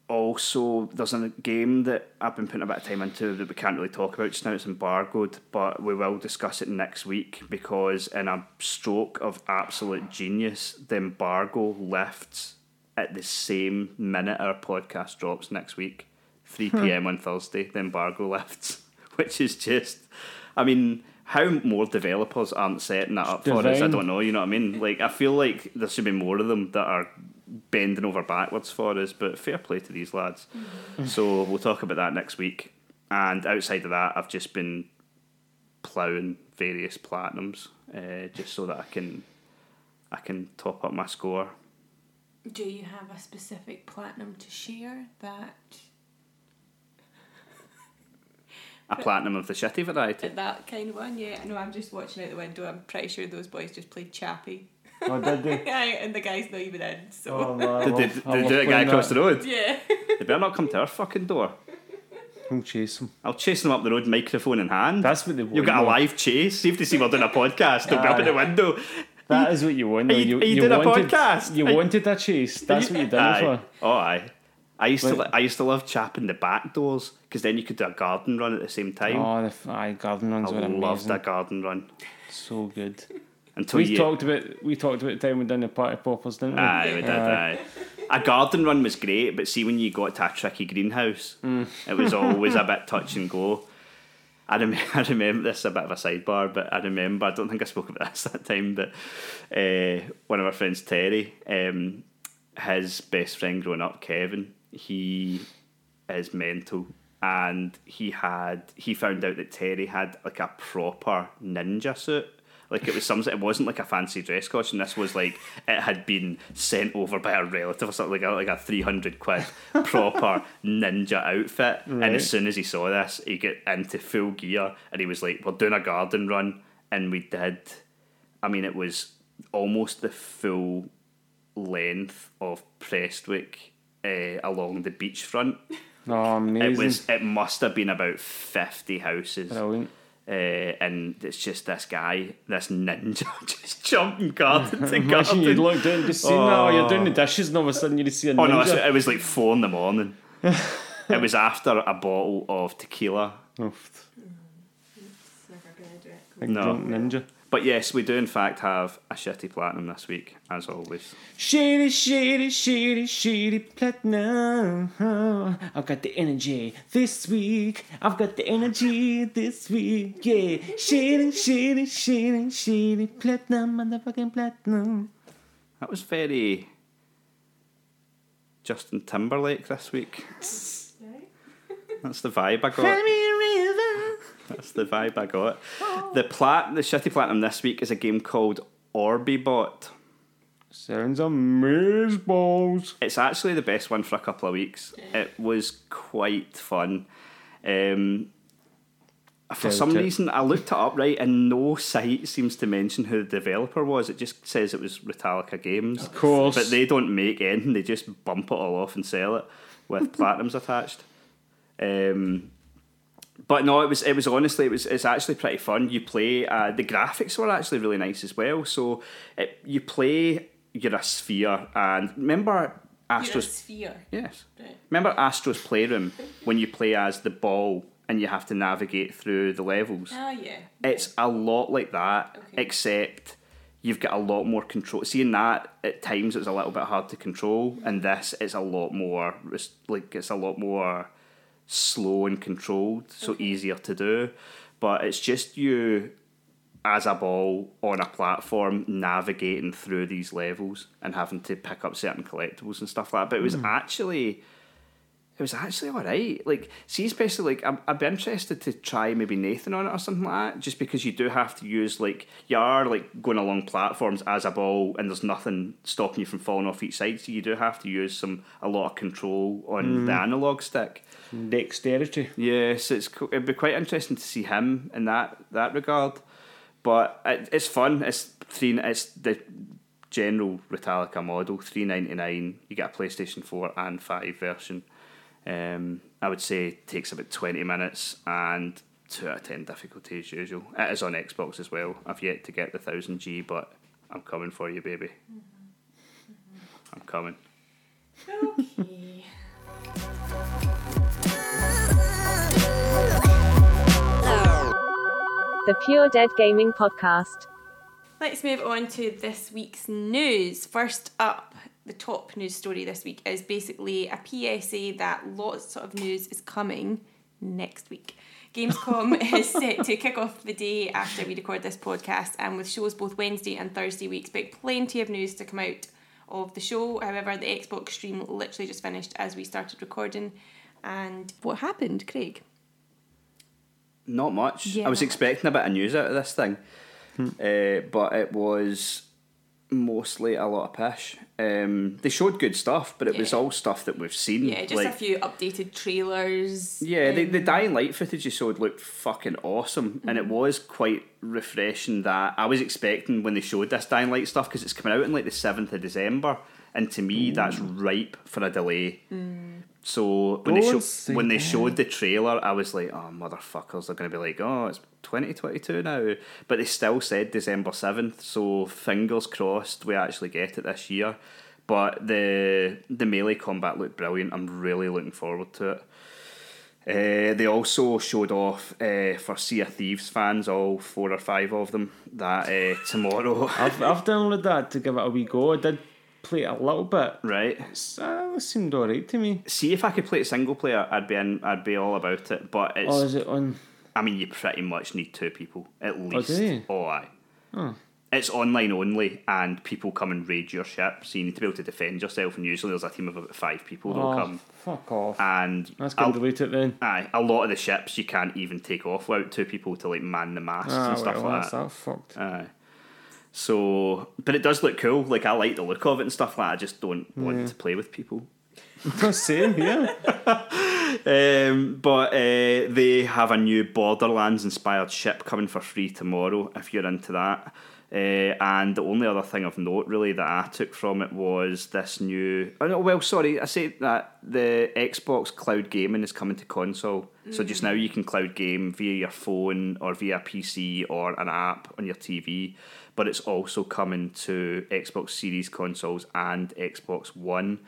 also, there's a game that I've been putting a bit of time into that we can't really talk about just now. It's embargoed, but we will discuss it next week because, in a stroke of absolute genius, the embargo lifts at the same minute our podcast drops next week, 3 pm on Thursday. The embargo lifts, which is just, I mean, how more developers aren't setting that up for us? I divine. don't know. You know what I mean? Like, I feel like there should be more of them that are bending over backwards for us. But fair play to these lads. so we'll talk about that next week. And outside of that, I've just been ploughing various platinums, uh, just so that I can, I can top up my score. Do you have a specific platinum to share that A platinum of the shitty variety. that kind of one? Yeah. No, I'm just watching out the window. I'm pretty sure those boys just played Chappie. Oh, did they? Aye, and the guy's not even in. So Oh, man, I Did they, love- did I they love do it a guy playing across that. the road? yeah. They better not come to our fucking door. We'll chase them. I'll chase them up the road, microphone in hand. That's what they You'll want, get a though. live chase. See if they see we're doing a podcast. They'll be up in the window. That is what you want. though. Are you- you, are you doing a wanted, podcast? You Are you- wanted a chase. That's what you done it aye. for. Oh, aye. I used to Wait. li- I used to love chapping the back doors because then you could do a garden run at the same time. Oh, the f- aye, garden runs I were loved amazing. a garden run So good. until We you. talked about we talked about the time we done the party poppers, didn't we? Aye, we did. Aye. A garden run was great, but see when you got to a tricky greenhouse, Mm. it was always a bit touch and go. I, rem- I remember this is a bit of a sidebar, but I remember I don't think I spoke about this that time. But uh, one of our friends, Terry, um, his best friend growing up, Kevin, he is mental, and he had he found out that Terry had like a proper ninja suit. Like it was something. It wasn't like a fancy dress costume. This was like it had been sent over by a relative or something like a, like a three hundred quid proper ninja outfit. And Right. as soon as he saw this, he got into full gear and he was like, "We're doing a garden run," and we did. I mean, it was almost the full length of Prestwick uh, along the beachfront. Oh, amazing. It was. It must have been about fifty houses. Brilliant. Uh, and it's just this guy, this ninja, just jumping garden to Imagine you garden. oh, looked in and just seen that, or you're doing the dishes, and all of a sudden you see a ninja. Oh no, it was like four in the morning. it was after a bottle of tequila. Oof. It's never gonna do it. Big No. drunk ninja. But yes, we do in fact have a shitty platinum this week, as always. Shitty, shitty, shitty, shitty platinum. I've got the energy this week. I've got the energy this week. Yeah. Shitty, shitty, shitty, shitty platinum. Motherfucking platinum. That was very Justin Timberlake this week. Right? That's the vibe I Cry got. me a river. That's the vibe I got. The plat, the shitty platinum this week is a game called Orbibot. Sounds amazing balls. It's actually the best one for a couple of weeks. It was quite fun. Um, for Doubt some it. reason, I looked it up right, and no site seems to mention who the developer was. It just says it was Retallica Games. Of course. but they don't make anything; they just bump it all off and sell it with platinums attached. Um, but no, it was it was honestly it was it's actually pretty fun. You play uh, the graphics were actually really nice as well. So it, you play you're a sphere, and remember You're a Astro's sphere. yes. Right. Remember Astro's Playroom when you play as the ball and you have to navigate through the levels. Oh yeah. It's a lot like that, Okay. except you've got a lot more control. Seeing that at times it's a little bit hard to control, and this it's a lot more res- like it's a lot more slow and controlled, so easier to do. But it's just you as a ball on a platform navigating through these levels and having to pick up certain collectibles and stuff like that. But it was actually it was actually all right. Like, see, especially like I'm, I'd be interested to try maybe Nathan on it or something like that, just because you do have to use like you are like going along platforms as a ball, and there's nothing stopping you from falling off each side. So you do have to use some a lot of control on the analog stick. Dexterity. Yes, it's co- it'd be quite interesting to see him in that that regard. But it, it's fun. It's three. It's the general Retallica model, three ninety nine. You get a PlayStation four and five version. Um, I would say it takes about twenty minutes and two out of ten difficulty as usual. It is on Xbox as well. I've yet to get the thousand G, but I'm coming for you, baby. I'm coming. Okay. The Pure Dead Gaming Podcast. Let's move on to this week's news. First up, the top news story this week is basically a PSA that lots of news is coming next week. Gamescom is set to kick off the day after we record this podcast, and with shows both Wednesday and Thursday, we expect plenty of news to come out of the show. However, the Xbox stream literally just finished as we started recording. And what happened, Craig? Not much. Yeah, I was not expecting a bit of news out of this thing, uh, but it was mostly a lot of pish. Um, they showed good stuff, but it was Yeah. all stuff that we've seen. Yeah, just a like- few updated trailers. Yeah, the, um, the Dying Light footage you showed looked fucking awesome, and it Mm-hmm. was quite refreshing that I was expecting when they showed this Dying Light stuff because it's coming out on like the 7th of December, and to me, that's ripe for a delay. So when Mm. Don't they, show, say when they that. showed the trailer, I was like, oh, motherfuckers, they're going to be like, oh, it's 2022 now. But they still said December 7th, so fingers crossed we actually get it this year. But the the melee combat looked brilliant. I'm really looking forward to it. Uh, they also showed off uh, for Sea of Thieves fans, all four or five of them, that uh, tomorrow, I've, I've downloaded that to give it a wee go. I did play it a little bit. right? It's, uh, it seemed alright to me. See if I could play it single player, I'd be in, I'd be all about it. But it's, Or Oh, is it on? I mean, you pretty much need two people at least. you? Oh, aye. It's online only, and people come and raid your ship, so you need to be able to defend yourself. And usually, there's a team of about five people that'll Oh, come, fuck off. and That's I'll- going to delete it then. Aye, a lot of the ships you can't even take off without two people to like man the masts Ah, and stuff well, like that's that. that fucked. Aye. So, but it does look cool. Like I like the look of it and stuff like. That. I just don't want to play with people. Same here. Um, but uh, they have a new Borderlands inspired ship coming for free tomorrow if you're into that. Uh, and the only other thing of note, really, that I took from it was this new. Oh, no, well, sorry, I say that the Xbox cloud gaming is coming to console. So just now you can cloud game via your phone or via PC or an app on your TV. But it's also coming to Xbox Series consoles and Xbox One.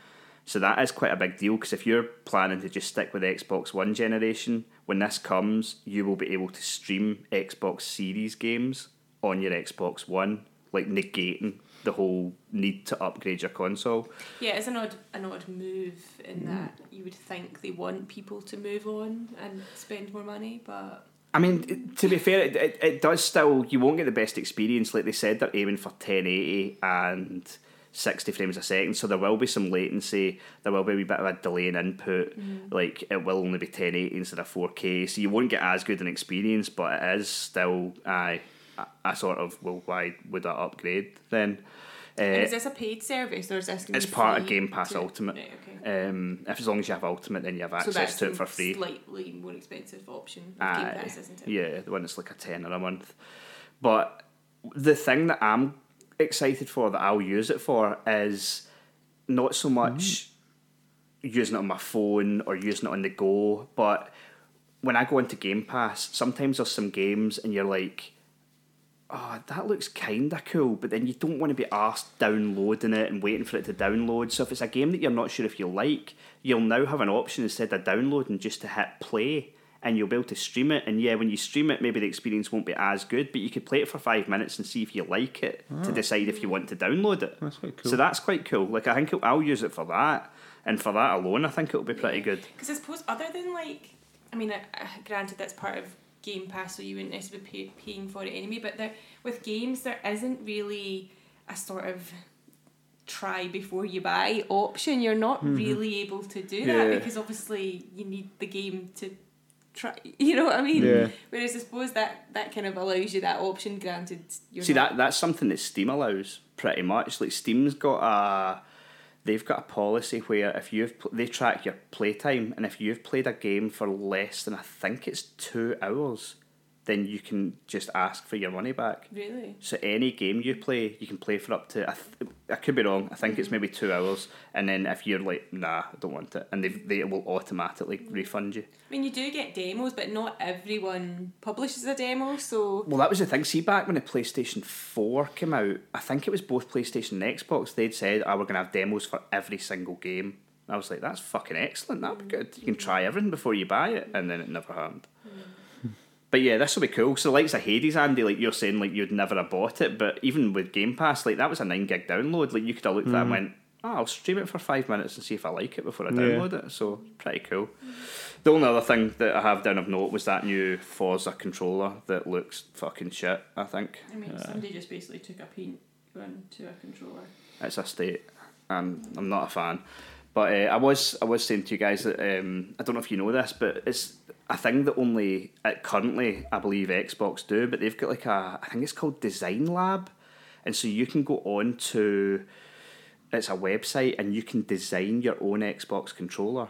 So that is quite a big deal because if you're planning to just stick with the Xbox One generation, when this comes, you will be able to stream Xbox Series games on your Xbox One, like negating the whole need to upgrade your console. Yeah, it's an odd an odd move Mm. in that you would think they want people to move on and spend more money, but I mean, it- to be fair, it, it, it does still, you won't get the best experience. Like they said, they're aiming for 1080 and 60 frames a second, so there will be some latency, there will be a wee bit of a delay in input. Mm. Like, it will only be 1080 instead of 4K, so you won't get as good an experience, but it is still, aye, I, I sort of, well, why would I upgrade then? and Uh, is this a paid service or is this? gonna it's be part of free Game Pass to- Ultimate. Right, okay. Um, if as long as you have Ultimate, then you have access to a it for free. Slightly more expensive option. Of Game Aye. Pass, isn't it? Yeah, the one that's like a tenner a month. But the thing that I'm excited for that I'll use it for is not so much using it on my phone or using it on the go, but when I go into Game Pass, sometimes there's some games and you're like, oh, that looks kind of cool, but then you don't want to be asked downloading it and waiting for it to download. So if it's a game that you're not sure if you like, you'll now have an option instead of downloading just to hit play and you'll be able to stream it. And yeah, when you stream it, maybe the experience won't be as good, but you could play it for five minutes and see if you like it to decide if you want to download it. That's quite cool. So that's quite cool. Like, I think it- I'll use it for that. And for that alone, I think it'll be pretty good. Because I suppose other than like, I mean, uh, uh, granted that's part of Game Pass, so you wouldn't necessarily be pay, paying for it anyway. But there, with games, there isn't really a sort of try before you buy option. You're not really able to do Mm-hmm. Yeah. that because obviously you need the game to try. You know what I mean? Yeah. Whereas I suppose that that kind of allows you that option. Granted, you're See not- that that's something that Steam allows pretty much. Like Steam's got a they've got a policy where if you've pl- they track your playtime and if you've played a game for less than I think it's 2 hours, then you can just ask for your money back. really. So any game you play, you can play for up to I, th- I could be wrong. I think it's maybe 2 hours and then if you're like nah, I don't want it and they they will automatically refund you. I mean, you do get demos, but not everyone publishes a demo, so. Well, that was the thing. See, back when the PlayStation 4 came out, I think it was both PlayStation and Xbox, they'd said, oh, we're going to have demos for every single game. And I was like, that's fucking excellent. That'd be good. You can try everything before you buy it. And then it never happened. But yeah, this will be cool. So, the likes of Hades, Andy, like you're saying, like you'd never have bought it, but even with Game Pass, like that was a nine gig download. Like you could have looked at that and went, oh, I'll stream it for five minutes and see if I like it before I download it. So pretty cool. The only other thing that I have down of note was that new Forza controller that looks fucking shit. I think I mean, somebody just basically took a paint gun to a controller. it's a state, and I'm not a fan. But uh, I was I was saying to you guys that um, I don't know if you know this, but it's a thing that only uh, currently I believe Xbox do. But they've got like a I think it's called Design Lab, and so you can go on to it's a website and you can design your own Xbox controller.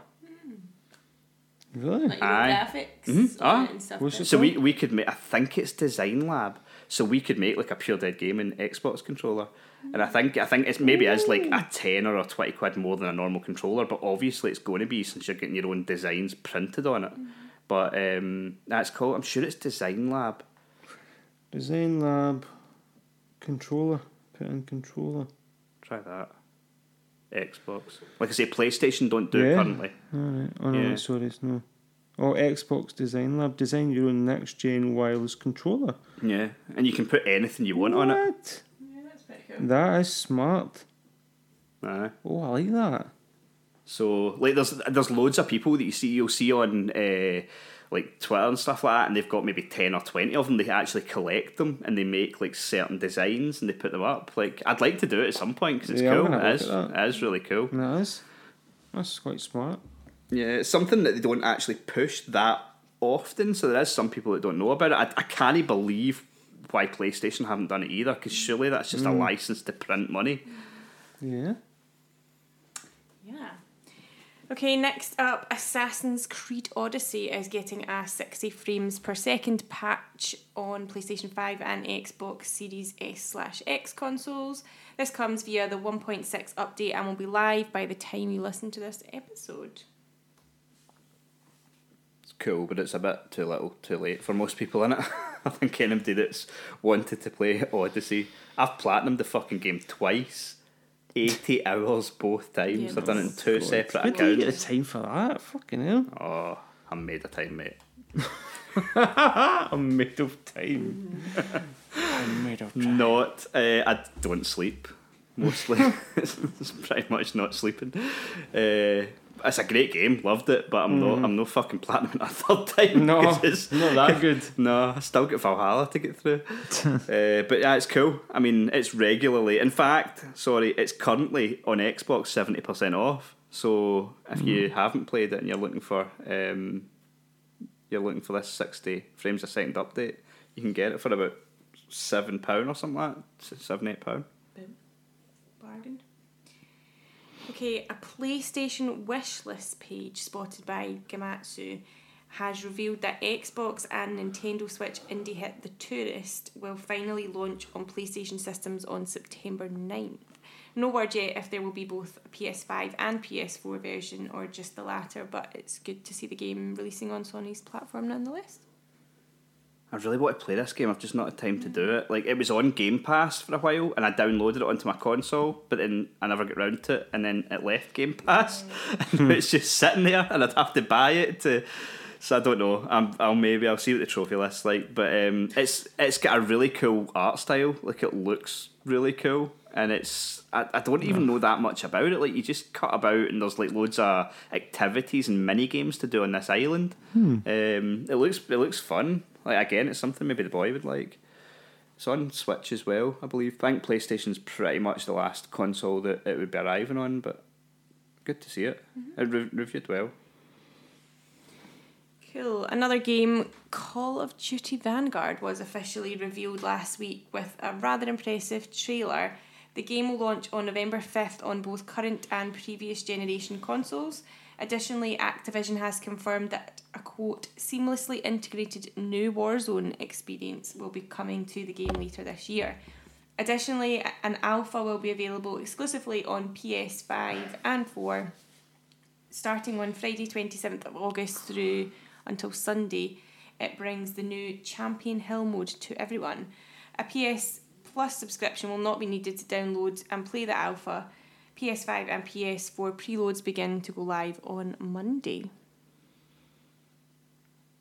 Really? Like your Aye. graphics Mhm. on Ah. it and stuff. What's like it So we, we could make, I think it's Design Lab. So we could make like a pure dead game in Xbox controller. And I think I think it's maybe it's like a ten or a twenty quid more than a normal controller, but obviously it's going to be since you're getting your own designs printed on it. But um, that's cool. I'm sure it's Design Lab. Design Lab controller. Put in controller. Try that. Xbox. Like I say, PlayStation don't do it Yeah. currently. Alright. Oh no, Yeah. sorry, it's no. Oh, Xbox Design Lab. Design your own next gen wireless controller. Yeah, and you can put anything you want on it. What? that. Yeah, that's pretty cool. That is smart. Aye. Oh, I like that. So like there's there's loads of people that you see you'll see on uh, like Twitter and stuff like that, and they've got maybe ten or twenty of them. They actually collect them and they make like certain designs and they put them up. Like I'd like to do it at some point because it's Yeah, I'm cool. gonna It look is, at it is really cool. That is. That's quite smart. Yeah, it's something that they don't actually push that often. So there is some people that don't know about it. I, I can't believe why PlayStation haven't done it either because surely that's just a Hmm. license to print money. Yeah. Yeah. Okay, next up, Assassin's Creed Odyssey is getting a 60 frames per second patch on PlayStation 5 and Xbox Series S slash X consoles. This comes via the 1.6 update and will be live by the time you listen to this episode. It's cool, but it's a bit too little, too late for most people in it. I think anybody that's wanted to play Odyssey, I've platinumed the fucking game twice, 80 hours both times. I've done it in two separate Where do you get accounts. the time for that? Fucking hell. Oh, I'm made of time, mate. I'm made of time. I'm made of time. Not, uh, I don't sleep mostly. it's pretty much not sleeping. Uh, it's a great game, loved it, but I'm Mm-hmm. not. I'm no fucking platinum a third time. No, 'cause it's- not that good. No, I still get Valhalla to get through. uh, but yeah, it's cool. I mean, it's regularly. In fact, sorry, it's currently on Xbox 70% off. So if Mm-hmm. you haven't played it and you're looking for um, you're looking for this 60 frames a second update, you can get it for about seven pound or something like that. S- Seven, eight pound. Bargain. Okay, a PlayStation wish list page spotted by Gamatsu has revealed that Xbox and Nintendo Switch indie hit The Tourist will finally launch on PlayStation systems on September 9th. No word yet if there will be both a PS5 and PS4 version or just the latter, but it's good to see the game releasing on Sony's platform nonetheless. I really want to play this game. I've just not had time to do it. Like it was on Game Pass for a while, and I downloaded it onto my console, but then I never got round to it, and then it left Game Pass, and it's just sitting there, and I'd have to buy it to. So I don't know. I'm, I'll maybe I'll see what the trophy list's like, but um, it's it's got a really cool art style. Like it looks really cool, and it's I, I don't even know that much about it. Like you just cut about, and there's like loads of activities and mini games to do on this island. Um, it looks it looks fun. Like again, it's something maybe the boy would like. It's on Switch as well, I believe. I think PlayStation's pretty much the last console that it would be arriving on, but good to see it. It re- reviewed well. Cool. Another game, Call of Duty Vanguard, was officially revealed last week with a rather impressive trailer. The game will launch on November 5th on both current and previous generation consoles. Additionally, Activision has confirmed that a quote, seamlessly integrated new Warzone experience will be coming to the game later this year. Additionally, an alpha will be available exclusively on PS5 and 4 starting on Friday, 27th of August through until Sunday, it brings the new Champion Hill mode to everyone. A PS Plus subscription will not be needed to download and play the alpha. PS5 and PS4 preloads begin to go live on Monday.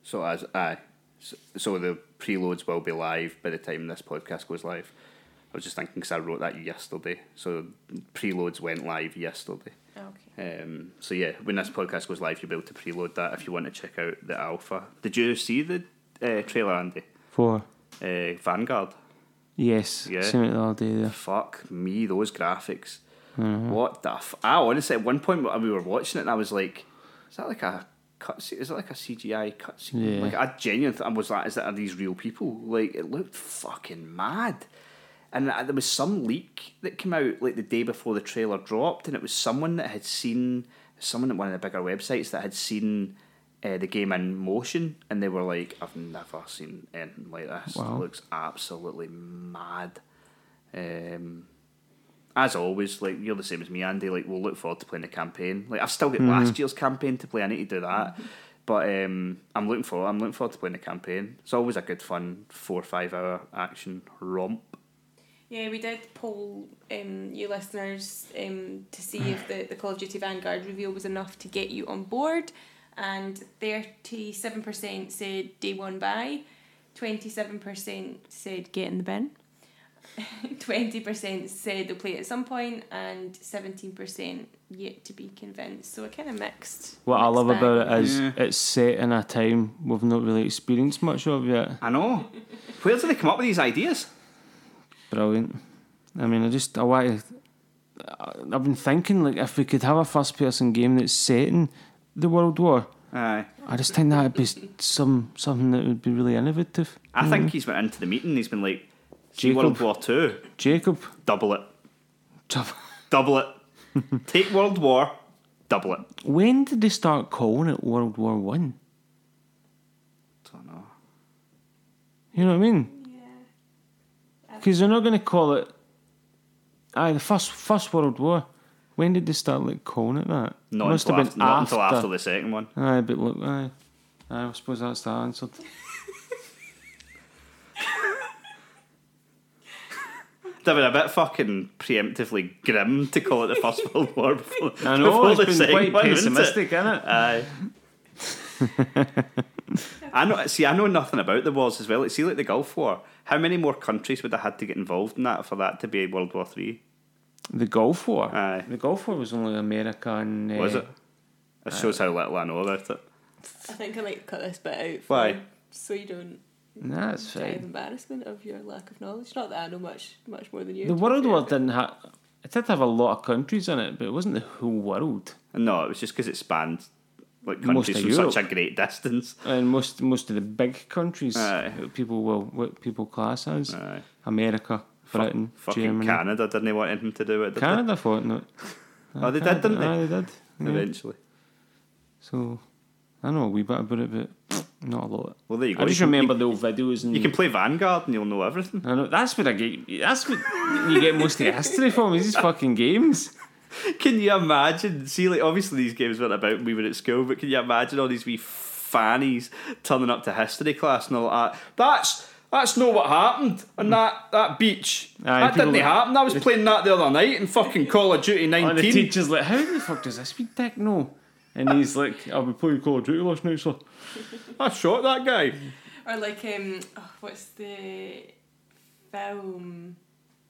So as aye, so, so the preloads will be live by the time this podcast goes live. I was just thinking because I wrote that yesterday, so preloads went live yesterday. Okay. Um, so yeah, when this podcast goes live, you'll be able to preload that if you want to check out the alpha. Did you see the uh, trailer, Andy? Four. Uh, Vanguard. Yes. Yeah. Seen it the other day there. Fuck me, those graphics. What the? F- I honestly, at one point we were watching it, and I was like, "Is that like a cutscene? Is it like a CGI cutscene?" Yeah. Like I genuinely, I was like, "Is that are these real people?" Like it looked fucking mad. And I- there was some leak that came out like the day before the trailer dropped, and it was someone that had seen someone at one of the bigger websites that had seen uh, the game in motion, and they were like, "I've never seen anything like this. Wow. It looks absolutely mad." Um, as always, like you're the same as me, Andy. Like we'll look forward to playing the campaign. Like I've still got Hmm. last year's campaign to play. I need to do that, but um, I'm looking forward. I'm looking forward to playing the campaign. It's always a good fun four or five hour action romp. Yeah, we did poll um, you listeners um, to see if the, the Call of Duty Vanguard reveal was enough to get you on board, and 37% said day one buy, 27% said get in the bin, 20% said they'll play it at some point, and 17% yet to be convinced. So a kind of mixed. What I mixed love bag. about it is Yeah. it's set in a time we've not really experienced much of yet. I know. Where do they come up with these ideas? Brilliant. I mean, I just I want to. uh, I've been thinking like if we could have a first person game that's set in the World War, Aye. I just think that'd be some something that would be really innovative. I think he's went into the meeting. He's been like, "See World Hmm. Jacob. War Two, Jacob, double it, Jav- double it. Take World War, double it." when did they start calling it World War One? Don't know. You know what I mean? Yeah. Because they're not going to call it. Aye, the first first World War. When did they start like calling it that? Not, Must until, have after, been not until after the second one. Aye, but look, aye, aye. I suppose that's the answer. Did have been a bit fucking preemptively grim to call it the First World War before, I know, before it's the been second quite one, isn't it? pessimistic, isn't it? Aye. I know. See, I know nothing about the wars as well. Like, see, like the Gulf War. How many more countries would have had to get involved in that for that to be World War Three? The Gulf War. Aye. The Gulf War was only America and. Uh, Was it? That shows how little I know about it. I think I like to cut this bit out. for Why? you, So you don't Nah, that's die of fine. embarrassment of your lack of knowledge. Not that I know much, much more than you. The World Yeah. War didn't have. It did have a lot of countries in it, but it wasn't the whole world. No, it was just because it spanned like Most countries of from Europe. such a great distance. And most most of the big countries, Aye. that people will what people class as Aye. America, Britain, Fucking Germany, Canada didn't want anything to do with it. did they? Canada fought in it. Oh, they did, didn't they? Aye, they did. yeah. Eventually. So I know a wee bit about it, but not a lot. Well, there you go. I just You can- remember the old videos and You can play Vanguard and you'll know everything. I know that's what I get. That's what you get most of the history from is these fucking games. Can you imagine? See, like obviously these games weren't about when we were at school, but can you imagine all these wee fannies turning up to history class and all that? That's that's not what happened on that that beach. Aye, that people didn't like- happen. I was playing that the other night in fucking Call of Duty And the 19. teacher's like, "How the fuck does this speed dick know?" And he's like, "I'll be playing Call of Duty last night, sir." I shot that guy. Or like um, oh, what's the film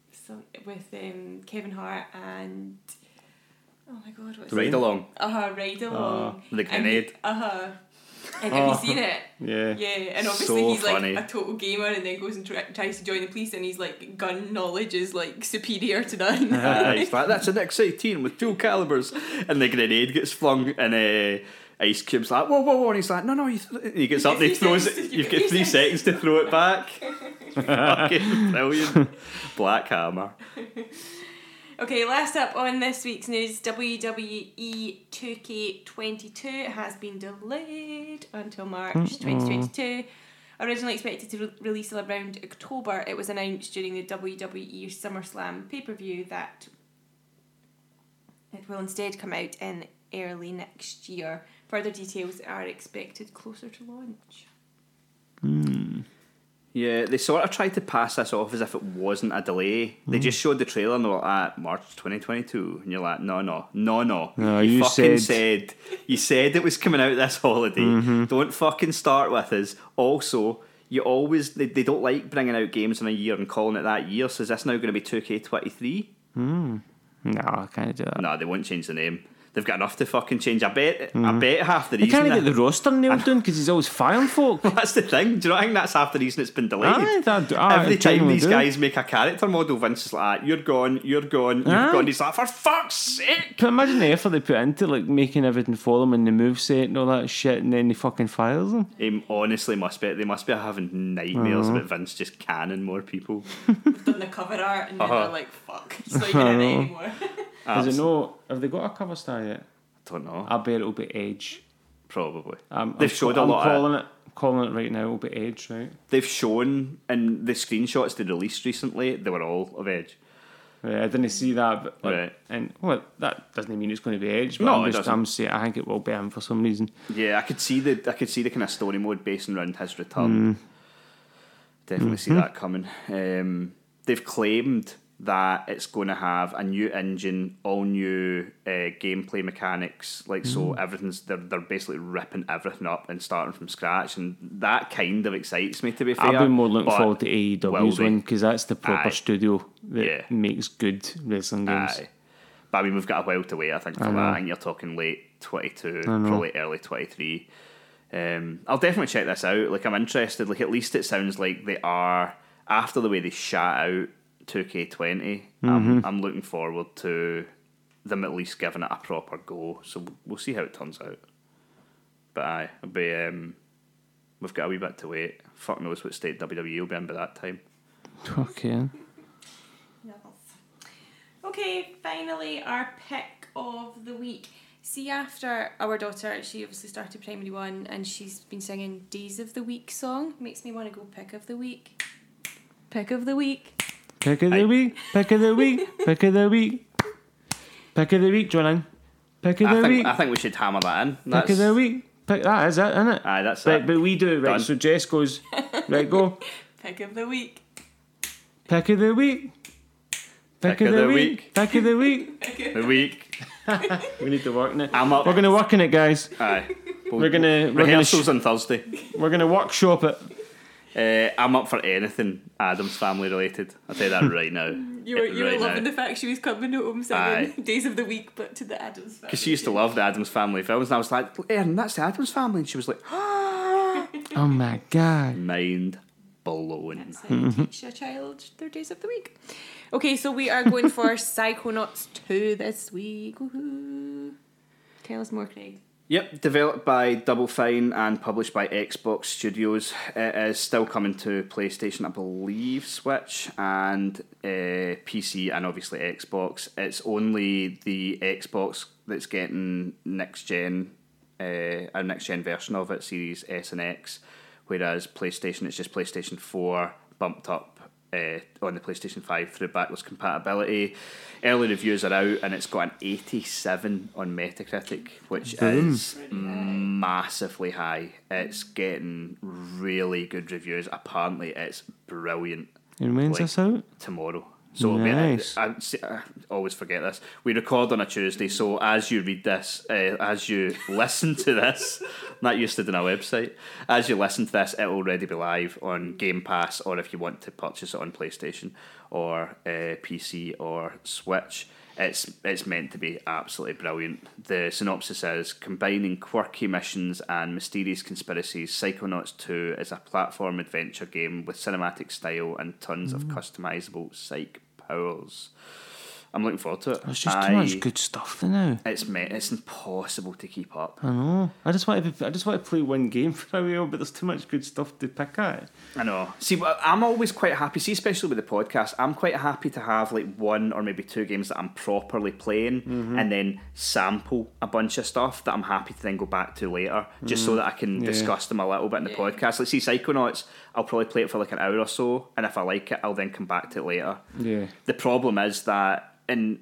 song with um Kevin Hart and oh my god, what's Ride it? along. Uh huh, Ride Along. Ah, the grenade. Ah. Uh huh. And have you seen it? Yeah. Yeah, and obviously So he's like funny. a total gamer, and then goes and tr- tries to join the police, and he's like gun knowledge is like superior to none. Aye, he's like, that's an X18 with two calibers. And the grenade gets flung, and uh, Ice Cube's like, whoa, whoa, whoa. And he's like, no, no. You th-. and He gets up and he Three throws seconds. it. You've got three seconds to throw it back. Fucking brilliant. Black Hammer. Okay, last up on this week's news E WWE 2K22 has been delayed until March 2022. Originally expected to re- release around October, it was announced during the WWE SummerSlam pay per view that it will instead come out in early next year. Further details are expected closer to launch. Yeah, they sort of tried to pass this off as if it wasn't a delay. They Mm. just showed the trailer and they were like, "Ah, March 2022. And you're like, no, no, no, no. No, you fucking said- Mm-hmm. said. You said it was coming out this holiday. Don't fucking start with us. Also, you always, they, they don't like bringing out games in a year and calling it that year. So is this now going to be 2K23? No, I can't do that. No, they won't change the name. They've got enough to fucking change. I bet, I bet half the He reason. can't Mm-hmm. get that- the roster nailed down because he's always firing folk. That's the thing. Do you know? I think that's half the reason it's been delayed. Aye, that- aye, Every time genuinely these do. guys make a character model, Vince is like, "You're gone. You're gone. You're Aye. gone." He's like, "For fuck's sake!" But imagine the effort they put into like making everything for them and the moveset and all that shit, and then they fucking fires them. He honestly must be. They must be having nightmares Uh-huh. about Vince just canning more people. Done the cover art, and then Uh-huh. they're like, fuck, he's not even in it anymore. Because I know, have they got a cover star yet? Don't know. I bet it'll be Edge. Probably. I'm, They've I'm, showed I'm a lot. Of, Calling it. I'm calling it right now. It'll be Edge, right? they've shown in the screenshots they released recently. They were all of Edge. Right, I didn't see that, but like, Right. and well, that doesn't mean it's going to be Edge. But No, I'm it just, doesn't. I'm saying I think it will be him for some reason. Yeah, I could see the I could see the kind of story mode basing around his Mm. return. Definitely see Mm-hmm. that coming. Um, they've claimed that it's going to have a new engine, all new uh, gameplay mechanics. Like so, Mm. everything's they're, they're basically ripping everything up and starting from scratch, and that kind of excites me. To be fair, I've been more looking but- forward to E AEW's will they? one because that's the proper Aye. studio that Yeah. makes good wrestling games. Aye. But I mean, we've got a while to wait. I think for that, I think you're talking late 22, probably early 23. Um, I'll definitely check this out. Like, I'm interested. Like, at least it sounds like they are after the way they shot out 2K20. I'm, I'm looking forward to them at least giving it a proper go. So we'll- we'll see how it turns out. But aye, it'll be. Um, we've got a wee bit to wait. Fuck knows what state WWE will be in by that time. Okay. Yes. Okay, finally, our pick of the week. See, after our daughter, she obviously started primary one and she's been singing Days of the Week song. Makes me want to go pick of the week. Pick of the week. Pick of the Aye. week, pick of the week, pick of the week, pick of the week, Jordan. Pick of I the think week, I think we should hammer that in. pick of That's- the week. Pick that is it, isn't it? Aye, that's right, it. But we do right. Done. So Jess goes, right, go. Pick of the week. Pick of the week, Pick of the week. Pick of the week. The week. We need to work on it. I'm up. We're gonna work on it, guys. Aye. We're gonna we're gonna Rehearsals on Thursday. we're gonna workshop it. Uh, I'm up for anything Adam's family related. I'll tell you that right now. You were, you right were loving now. the fact she was coming home seven days of the week, but to the Adams family. Because she used to love the Adams Family films, and I was like, Erin, that's the Adams Family. And she was like, Oh my god. mind blown. That's how you teach a child their days of the week. Okay, so we are going for Psychonauts 2 this week. Woohoo. Tell us more, Craig. Yep, developed by Double Fine and published by Xbox Studios. It is still coming to PlayStation, I believe, Switch, and uh, PC, and obviously Xbox. It's only the Xbox that's getting next gen, uh, a next gen version of it, Series S and X, whereas PlayStation, it's just PlayStation 4 bumped up uh, on the PlayStation 5 through backwards compatibility. Early reviews are out and it's got an 87 on Metacritic, which is massively high. It's getting really good reviews. Apparently, it's brilliant. And when's Like, this out? Tomorrow. So Nice. I, I, I uh, always forget this. We record on a Tuesday, so as you read this, uh, as you listen to this, that used to do on our website. As you listen to this, it'll already be live on Game Pass, or if you want to purchase it on PlayStation or uh, PC or Switch. It's it's meant to be absolutely brilliant. The synopsis is combining quirky missions and mysterious conspiracies. Psychonauts Two is a platform adventure game with cinematic style and tons of customizable psych powers. I'm looking forward to it. There's just I- too much good stuff there now. It's me- it's impossible to keep up. I know. I just want to be, I just want to play one game for a while, but there's too much good stuff to pick at. I know. See, well, I'm always quite happy. See, especially with the podcast, I'm quite happy to have like one or maybe two games that I'm properly playing, Mm-hmm. and then sample a bunch of stuff that I'm happy to then go back to later, just Mm-hmm. so that I can discuss them a little bit in the podcast. Like, see, Psychonauts, I'll probably play it for like an hour or so, and if I like it, I'll then come back to it later. Yeah. The problem is that, and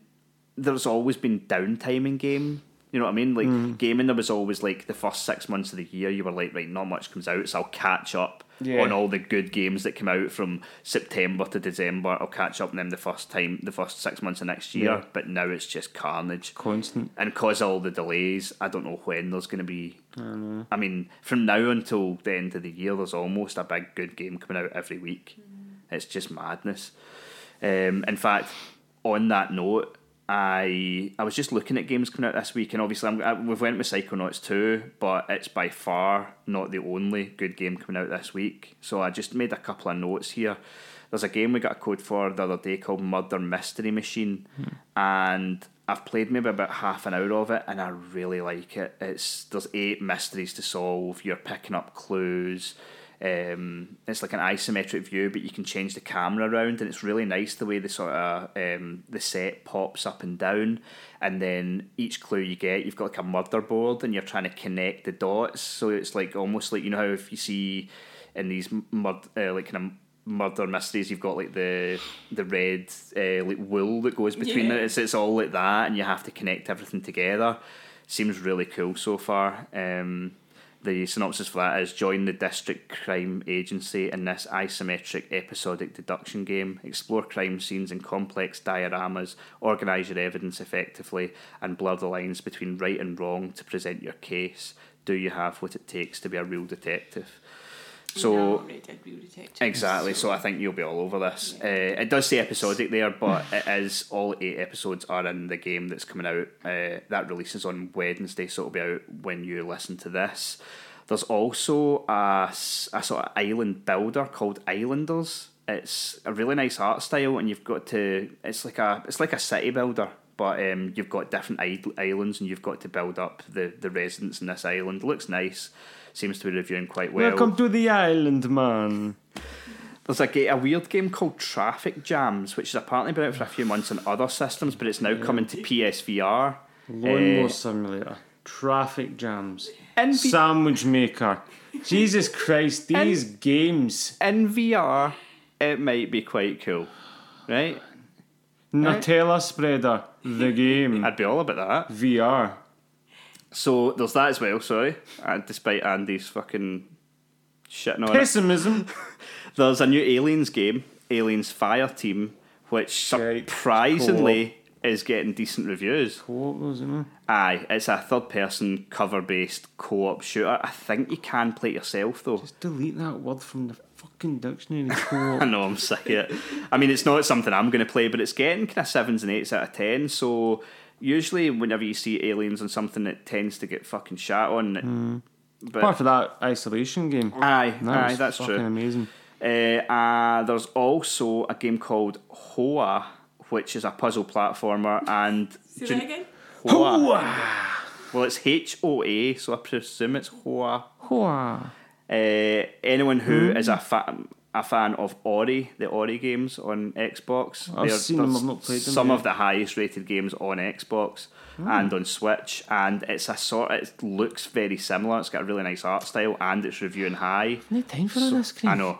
there's always been downtime in game. You know what I mean? Like Mm. gaming, there was always like the first six months of the year, you were like, right, not much comes out, so I'll catch up Yeah. on all the good games that come out from September to December. I'll catch up on them the first time, the first six months of next year. Yeah. But now it's just carnage Constant. and cause all the delays. I don't know when there's going to be. I mean, from now until the end of the year, there's almost a big good game coming out every week. It's just madness. Um, in fact, on that note, I I was just looking at games coming out this week, and obviously I'm, I, we've went with Psychonauts two, but it's by far not the only good game coming out this week. So I just made a couple of notes here. There's a game we got a code for the other day called Murder Mystery Machine, and I've played maybe about half an hour of it, and I really like it. It's there's eight mysteries to solve. You're picking up clues. Um, it's like an isometric view, but you can change the camera around, and it's really nice the way the sort of um, the set pops up and down, and then each clue you get, you've got like a murder board, and you're trying to connect the dots. So it's like almost like you know how if you see in these murd uh, like kind of murder mysteries, you've got like the the red uh, like wool that goes between Yeah. it. It's it's all like that, and you have to connect everything together. Seems really cool so far. Um, the synopsis for that is join the district crime agency in this isometric episodic deduction game. Explore crime scenes in complex dioramas, organize your evidence effectively, and blur the lines between right and wrong to present your case. Do you have what it takes to be a real detective? So No, Red Dead Real Detective. Exactly. So I think you'll be all over this. Uh, it does say episodic there, but it is all eight episodes are in the game that's coming out. Uh, that releases on Wednesday, so it'll be out when you listen to this. There's also a, s- a sort of island builder called Islanders. It's a really nice art style, and you've got to. It's like a it's like a city builder, but um, you've got different id- islands, and you've got to build up the the residents in this island. Looks nice. Seems to be reviewing quite well. Welcome to the island, man. There's a, ga- a weird game called Traffic Jams, which has apparently been out for a few months on other systems, but it's now coming to PSVR. Lawnmower Uh, simulator. Traffic jams. in, v- Sandwich maker. Jesus Christ, these games. in VR, it might be quite cool, right? Eh? Nutella spreader. The game. I'd be all about that. VR. So there's that as well, sorry, uh, despite Andy's fucking shitting on it. Pessimism. There's a new Aliens game, Aliens Fire Team, which Right. surprisingly is getting decent reviews. Co-op was it? man? Aye, it's a third person cover based co op shooter. I think you can play it yourself though. Just delete that word from the fucking dictionary. I Co-op. know I'm sick of it. I mean, it's not something I'm going to play, but it's getting kind of sevens and eights out of ten. So usually, whenever you see aliens on something, it tends to get fucking shat on. But Apart from that isolation game. aye, Hmm. That aye, was that's fucking true. amazing. Uh, uh, there's also a game called Hoa, which is a puzzle platformer, and See do you- that again? Hoa. Well, it's H O A, so I presume it's Hoa. Hoa. Uh, anyone who is Hmm. a fan a fan of Ori, the Ori games on Xbox, I've they're- seen them, they're I've not played them Some yet. Hmm. of the highest rated games on Xbox and on Switch, and it's a sort. It looks very similar. It's got a really nice art style, and it's reviewing high. No time for all So- this, Craig. I know,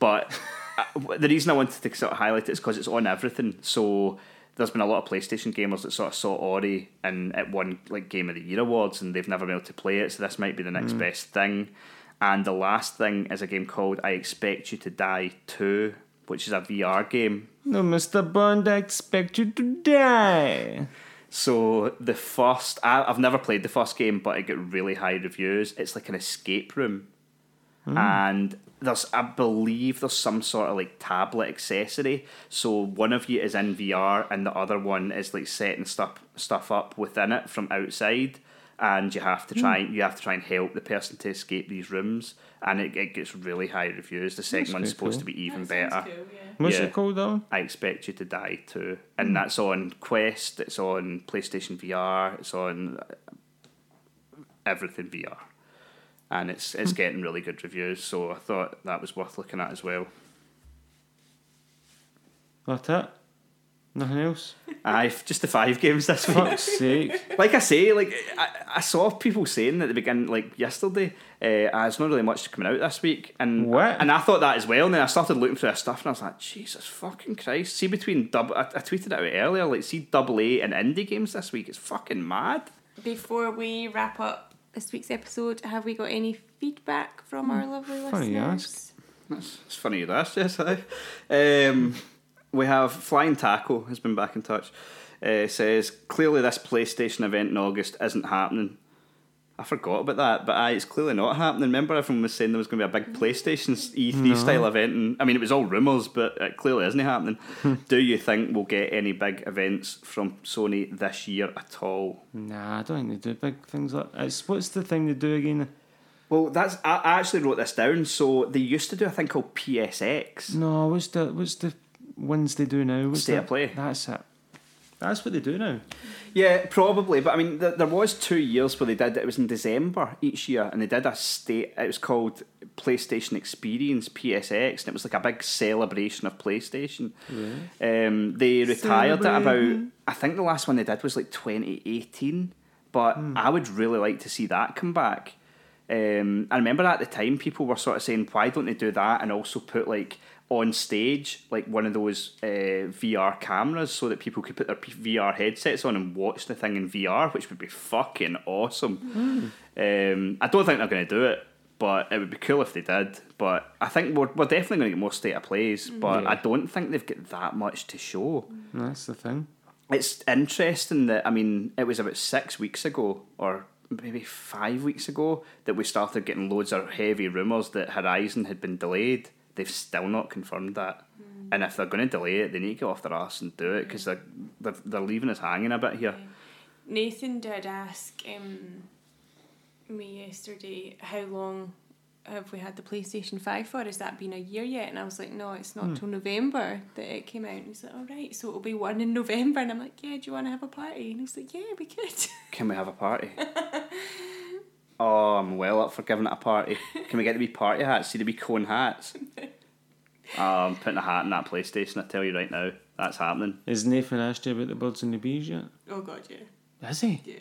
but uh, the reason I wanted to sort of highlight it is because it's on everything. So there's been a lot of PlayStation gamers that sort of saw Ori and it won like Game of the Year awards, and they've never been able to play it. So this might be the next best thing. And the last thing is a game called I Expect You to Die Two, which is a VR game. No, Mr. Bond, I expect you to die. So the first, I, I've never played the first game, but it got really high reviews. It's like an escape room, Hmm. and there's, I believe, there's some sort of like tablet accessory. So one of you is in VR, and the other one is like setting stuff stuff up within it from outside, and you have to Hmm. try you have to try and help the person to escape these rooms, and it, it gets really high reviews. The second one's pretty cool. supposed to be even That sounds better. Cool, yeah. What's Yeah. it called, that one? I Expect You to Die too. And that's on Quest, it's on PlayStation VR, it's on everything VR. And it's it's getting really good reviews, so I thought that was worth looking at as well. That's it. Nothing else. Aye, just the five games this week. Fuck's sake. like I say, like I, I saw people saying at the beginning, like yesterday, uh, ah, it's not really much to come out this week, and What? and I thought that as well. And then I started looking through our stuff, and I was like, Jesus fucking Christ! See between double, I, I tweeted it out earlier, like see double A and indie games this week. It's fucking mad. Before we wrap up this week's episode, have we got any feedback from our lovely funny you listeners? That's it's funny you asked, yes. aye. Um, we have Flying Taco has been back in touch. Uh, says clearly this PlayStation event in August isn't happening. I forgot about that, but aye, it's clearly not happening. Remember, everyone was saying there was going to be a big PlayStation E3 style event, and I mean, it was all rumours, but it clearly isn't happening. Do you think we'll get any big events from Sony this year at all? Nah, I don't think they do big things like it's what's the thing they do again? Well, that's I I actually wrote this down. So they used to do a thing called PSX. No, what's the what's the ones they do now? What's State that? of play. That's it. That's what they do now. Yeah, probably. But I mean, th- there was two years where they did it was in December each year, and they did a state. It was called PlayStation Experience (PSX), and it was like a big celebration of PlayStation. Um, they retired at about. I think the last one they did was like 2018, but I would really like to see that come back. Um, I remember at the time people were sort of saying, "Why don't they do that?" and also put like on stage like one of those uh, VR cameras so that people could put their P- VR headsets on and watch the thing in VR, which would be fucking awesome. Um, I don't think they're going to do it, but it would be cool if they did. But I think we're, we're definitely going to get more state of plays, but Yeah. I don't think they've got that much to show That's the thing. it's interesting that I mean it was about six weeks ago or maybe five weeks ago that we started getting loads of heavy rumours that Horizon had been delayed. They've still not confirmed that, and if they're going to delay it, they need to get off their arse and do it because they're, they're they're leaving us hanging a bit here. Nathan did ask um, me yesterday how long have we had the PlayStation 5 for? Has that been a year yet? And I was like, no, it's not till November that it came out. And he's like, all right, so it'll be one in November. And I'm like, yeah, do you want to have a party? And he was like, yeah, we could. Can we have a party? oh, I'm well up for giving it a party. Can we get the wee party hats? See the wee cone hats? Oh, I'm putting a hat in that PlayStation. I tell you right now, that's happening. Is Nathan asked you about the birds and the bees yet? oh, God, yeah. Is he? Yeah.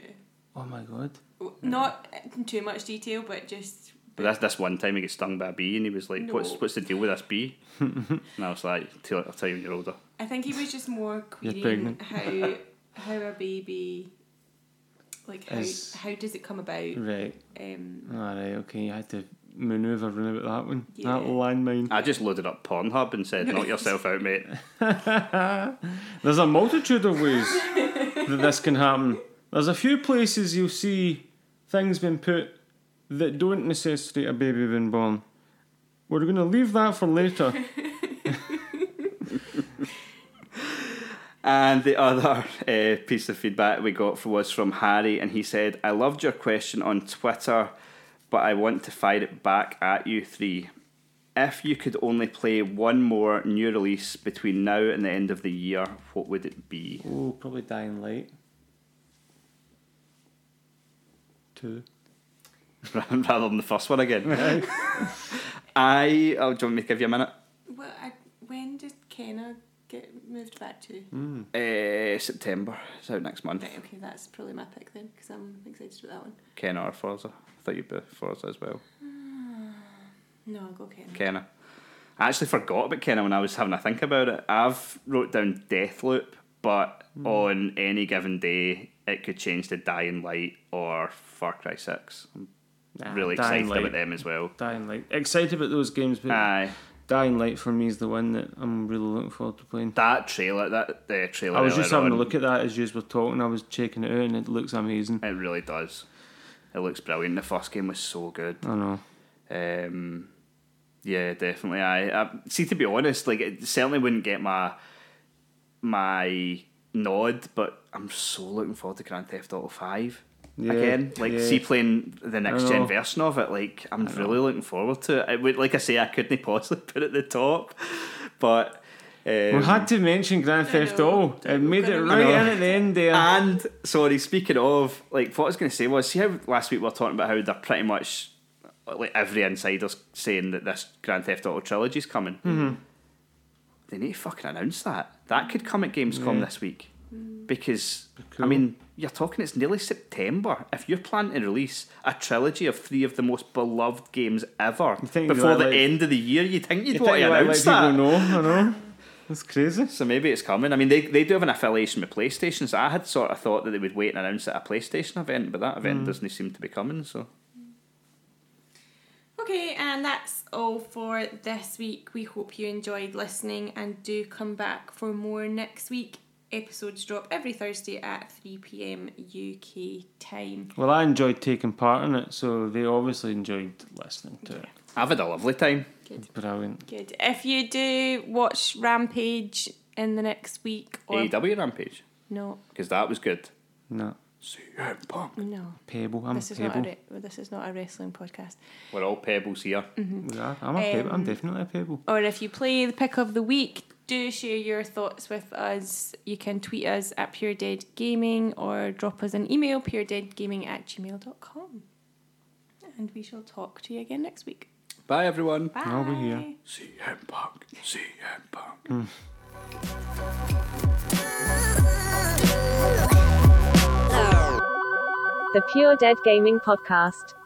Oh my god. W- Not in too much detail, but just. But that's this one time he got stung by a bee, and he was like, "What's No. what's the deal with this bee?" and I was like, "Tell- "I'll tell you when you're older." I think he was just more querying pregnant. how how a baby, like how Is- how does it come about? Right. Um, Alright, okay, you had to manoeuvre about that one. Yeah. That landmine. I just loaded up Pornhub and said, knock yourself out, mate. There's a multitude of ways that this can happen. There's a few places you'll see things being put that don't necessitate a baby being born. We're going to leave that for later. And the other uh, piece of feedback we got was from Harry, and he said, I loved your question on Twitter, but I want to fire it back at you three. If you could only play one more new release between now and the end of the year, what would it be? oh, probably dying light. Two. Rather than the first one again. I. Oh, do you want me to give you a minute? Well, I, when did Kenna get moved back to? Hmm. Uh, September. It's out next month. Right, okay, that's probably my pick then because I'm excited about that one. Ken or Forza. I thought you'd be Forza as well. No, I'll go Kenna. Kenna. I actually forgot about Kenna when I was having a think about it. I've wrote down Deathloop, but Hmm. on any given day, it could change to Dying Light or Far Cry 6. I'm Nah, really Dying excited Light. Hmm. about them Ah. as well. Dying light. Excited about those games, but Aye. Dying Light for me is the one that I'm really looking forward to playing. That trailer, that the trailer. I was just earlier having a on, look at that as you were talking. I was checking it out, and it looks amazing. It really does. It looks brilliant. The first game was so good. I know. Um, yeah, definitely. I, I see. To be honest, like it certainly wouldn't get my my nod, but I'm so looking forward to Grand Theft Auto Five Yeah, again. Like, yeah. see playing the next gen know. version of it. Like, I'm really looking forward to it. it would, like I say, I couldn't possibly put it at the top, but um, We had to mention Grand Theft know. Auto. It made it gonna- right I know. in at the end there. And sorry, speaking of, like what I was going to say was, see how last week we were talking about how they're pretty much like every insider's saying that this Grand Theft Auto trilogy is coming. Mm-hmm. They need to fucking announce that. That could come at Gamescom Yeah. this week because Cool. I mean you're talking it's nearly September. If you're planning to release a trilogy of three of the most beloved games ever think you'd before let, the like- end of the year, you think you'd You think want to you might announce let that? people know, I know. That's crazy. So maybe it's coming. I mean, they, they do have an affiliation with PlayStation, so I had sort of thought that they would wait and announce it at a PlayStation event, but that event doesn't seem to be coming. So Okay, and that's all for this week. We hope you enjoyed listening and do come back for more next week. Episodes drop every Thursday at 3 pm UK time. Well, I enjoyed taking part in it, so they obviously enjoyed listening to it. I've had a lovely time. Brilliant. Good. If you do watch Rampage in the next week or AEW E Rampage, no, because that was good. No, CM Punk. no. Payable. I'm This is not a payable. re- this is not a wrestling podcast. We're all pebbles here. We are. I'm a payable. Um, I'm definitely a payable. Or if you play the pick of the week, do share your thoughts with us. You can tweet us at Pure Dead Gaming or drop us an email, puredeadgaming at gmail.com. And we shall talk to you again next week. Bye, everyone. Bye. I'll be here. CM Punk. CM Punk. The Pure Dead Gaming Podcast.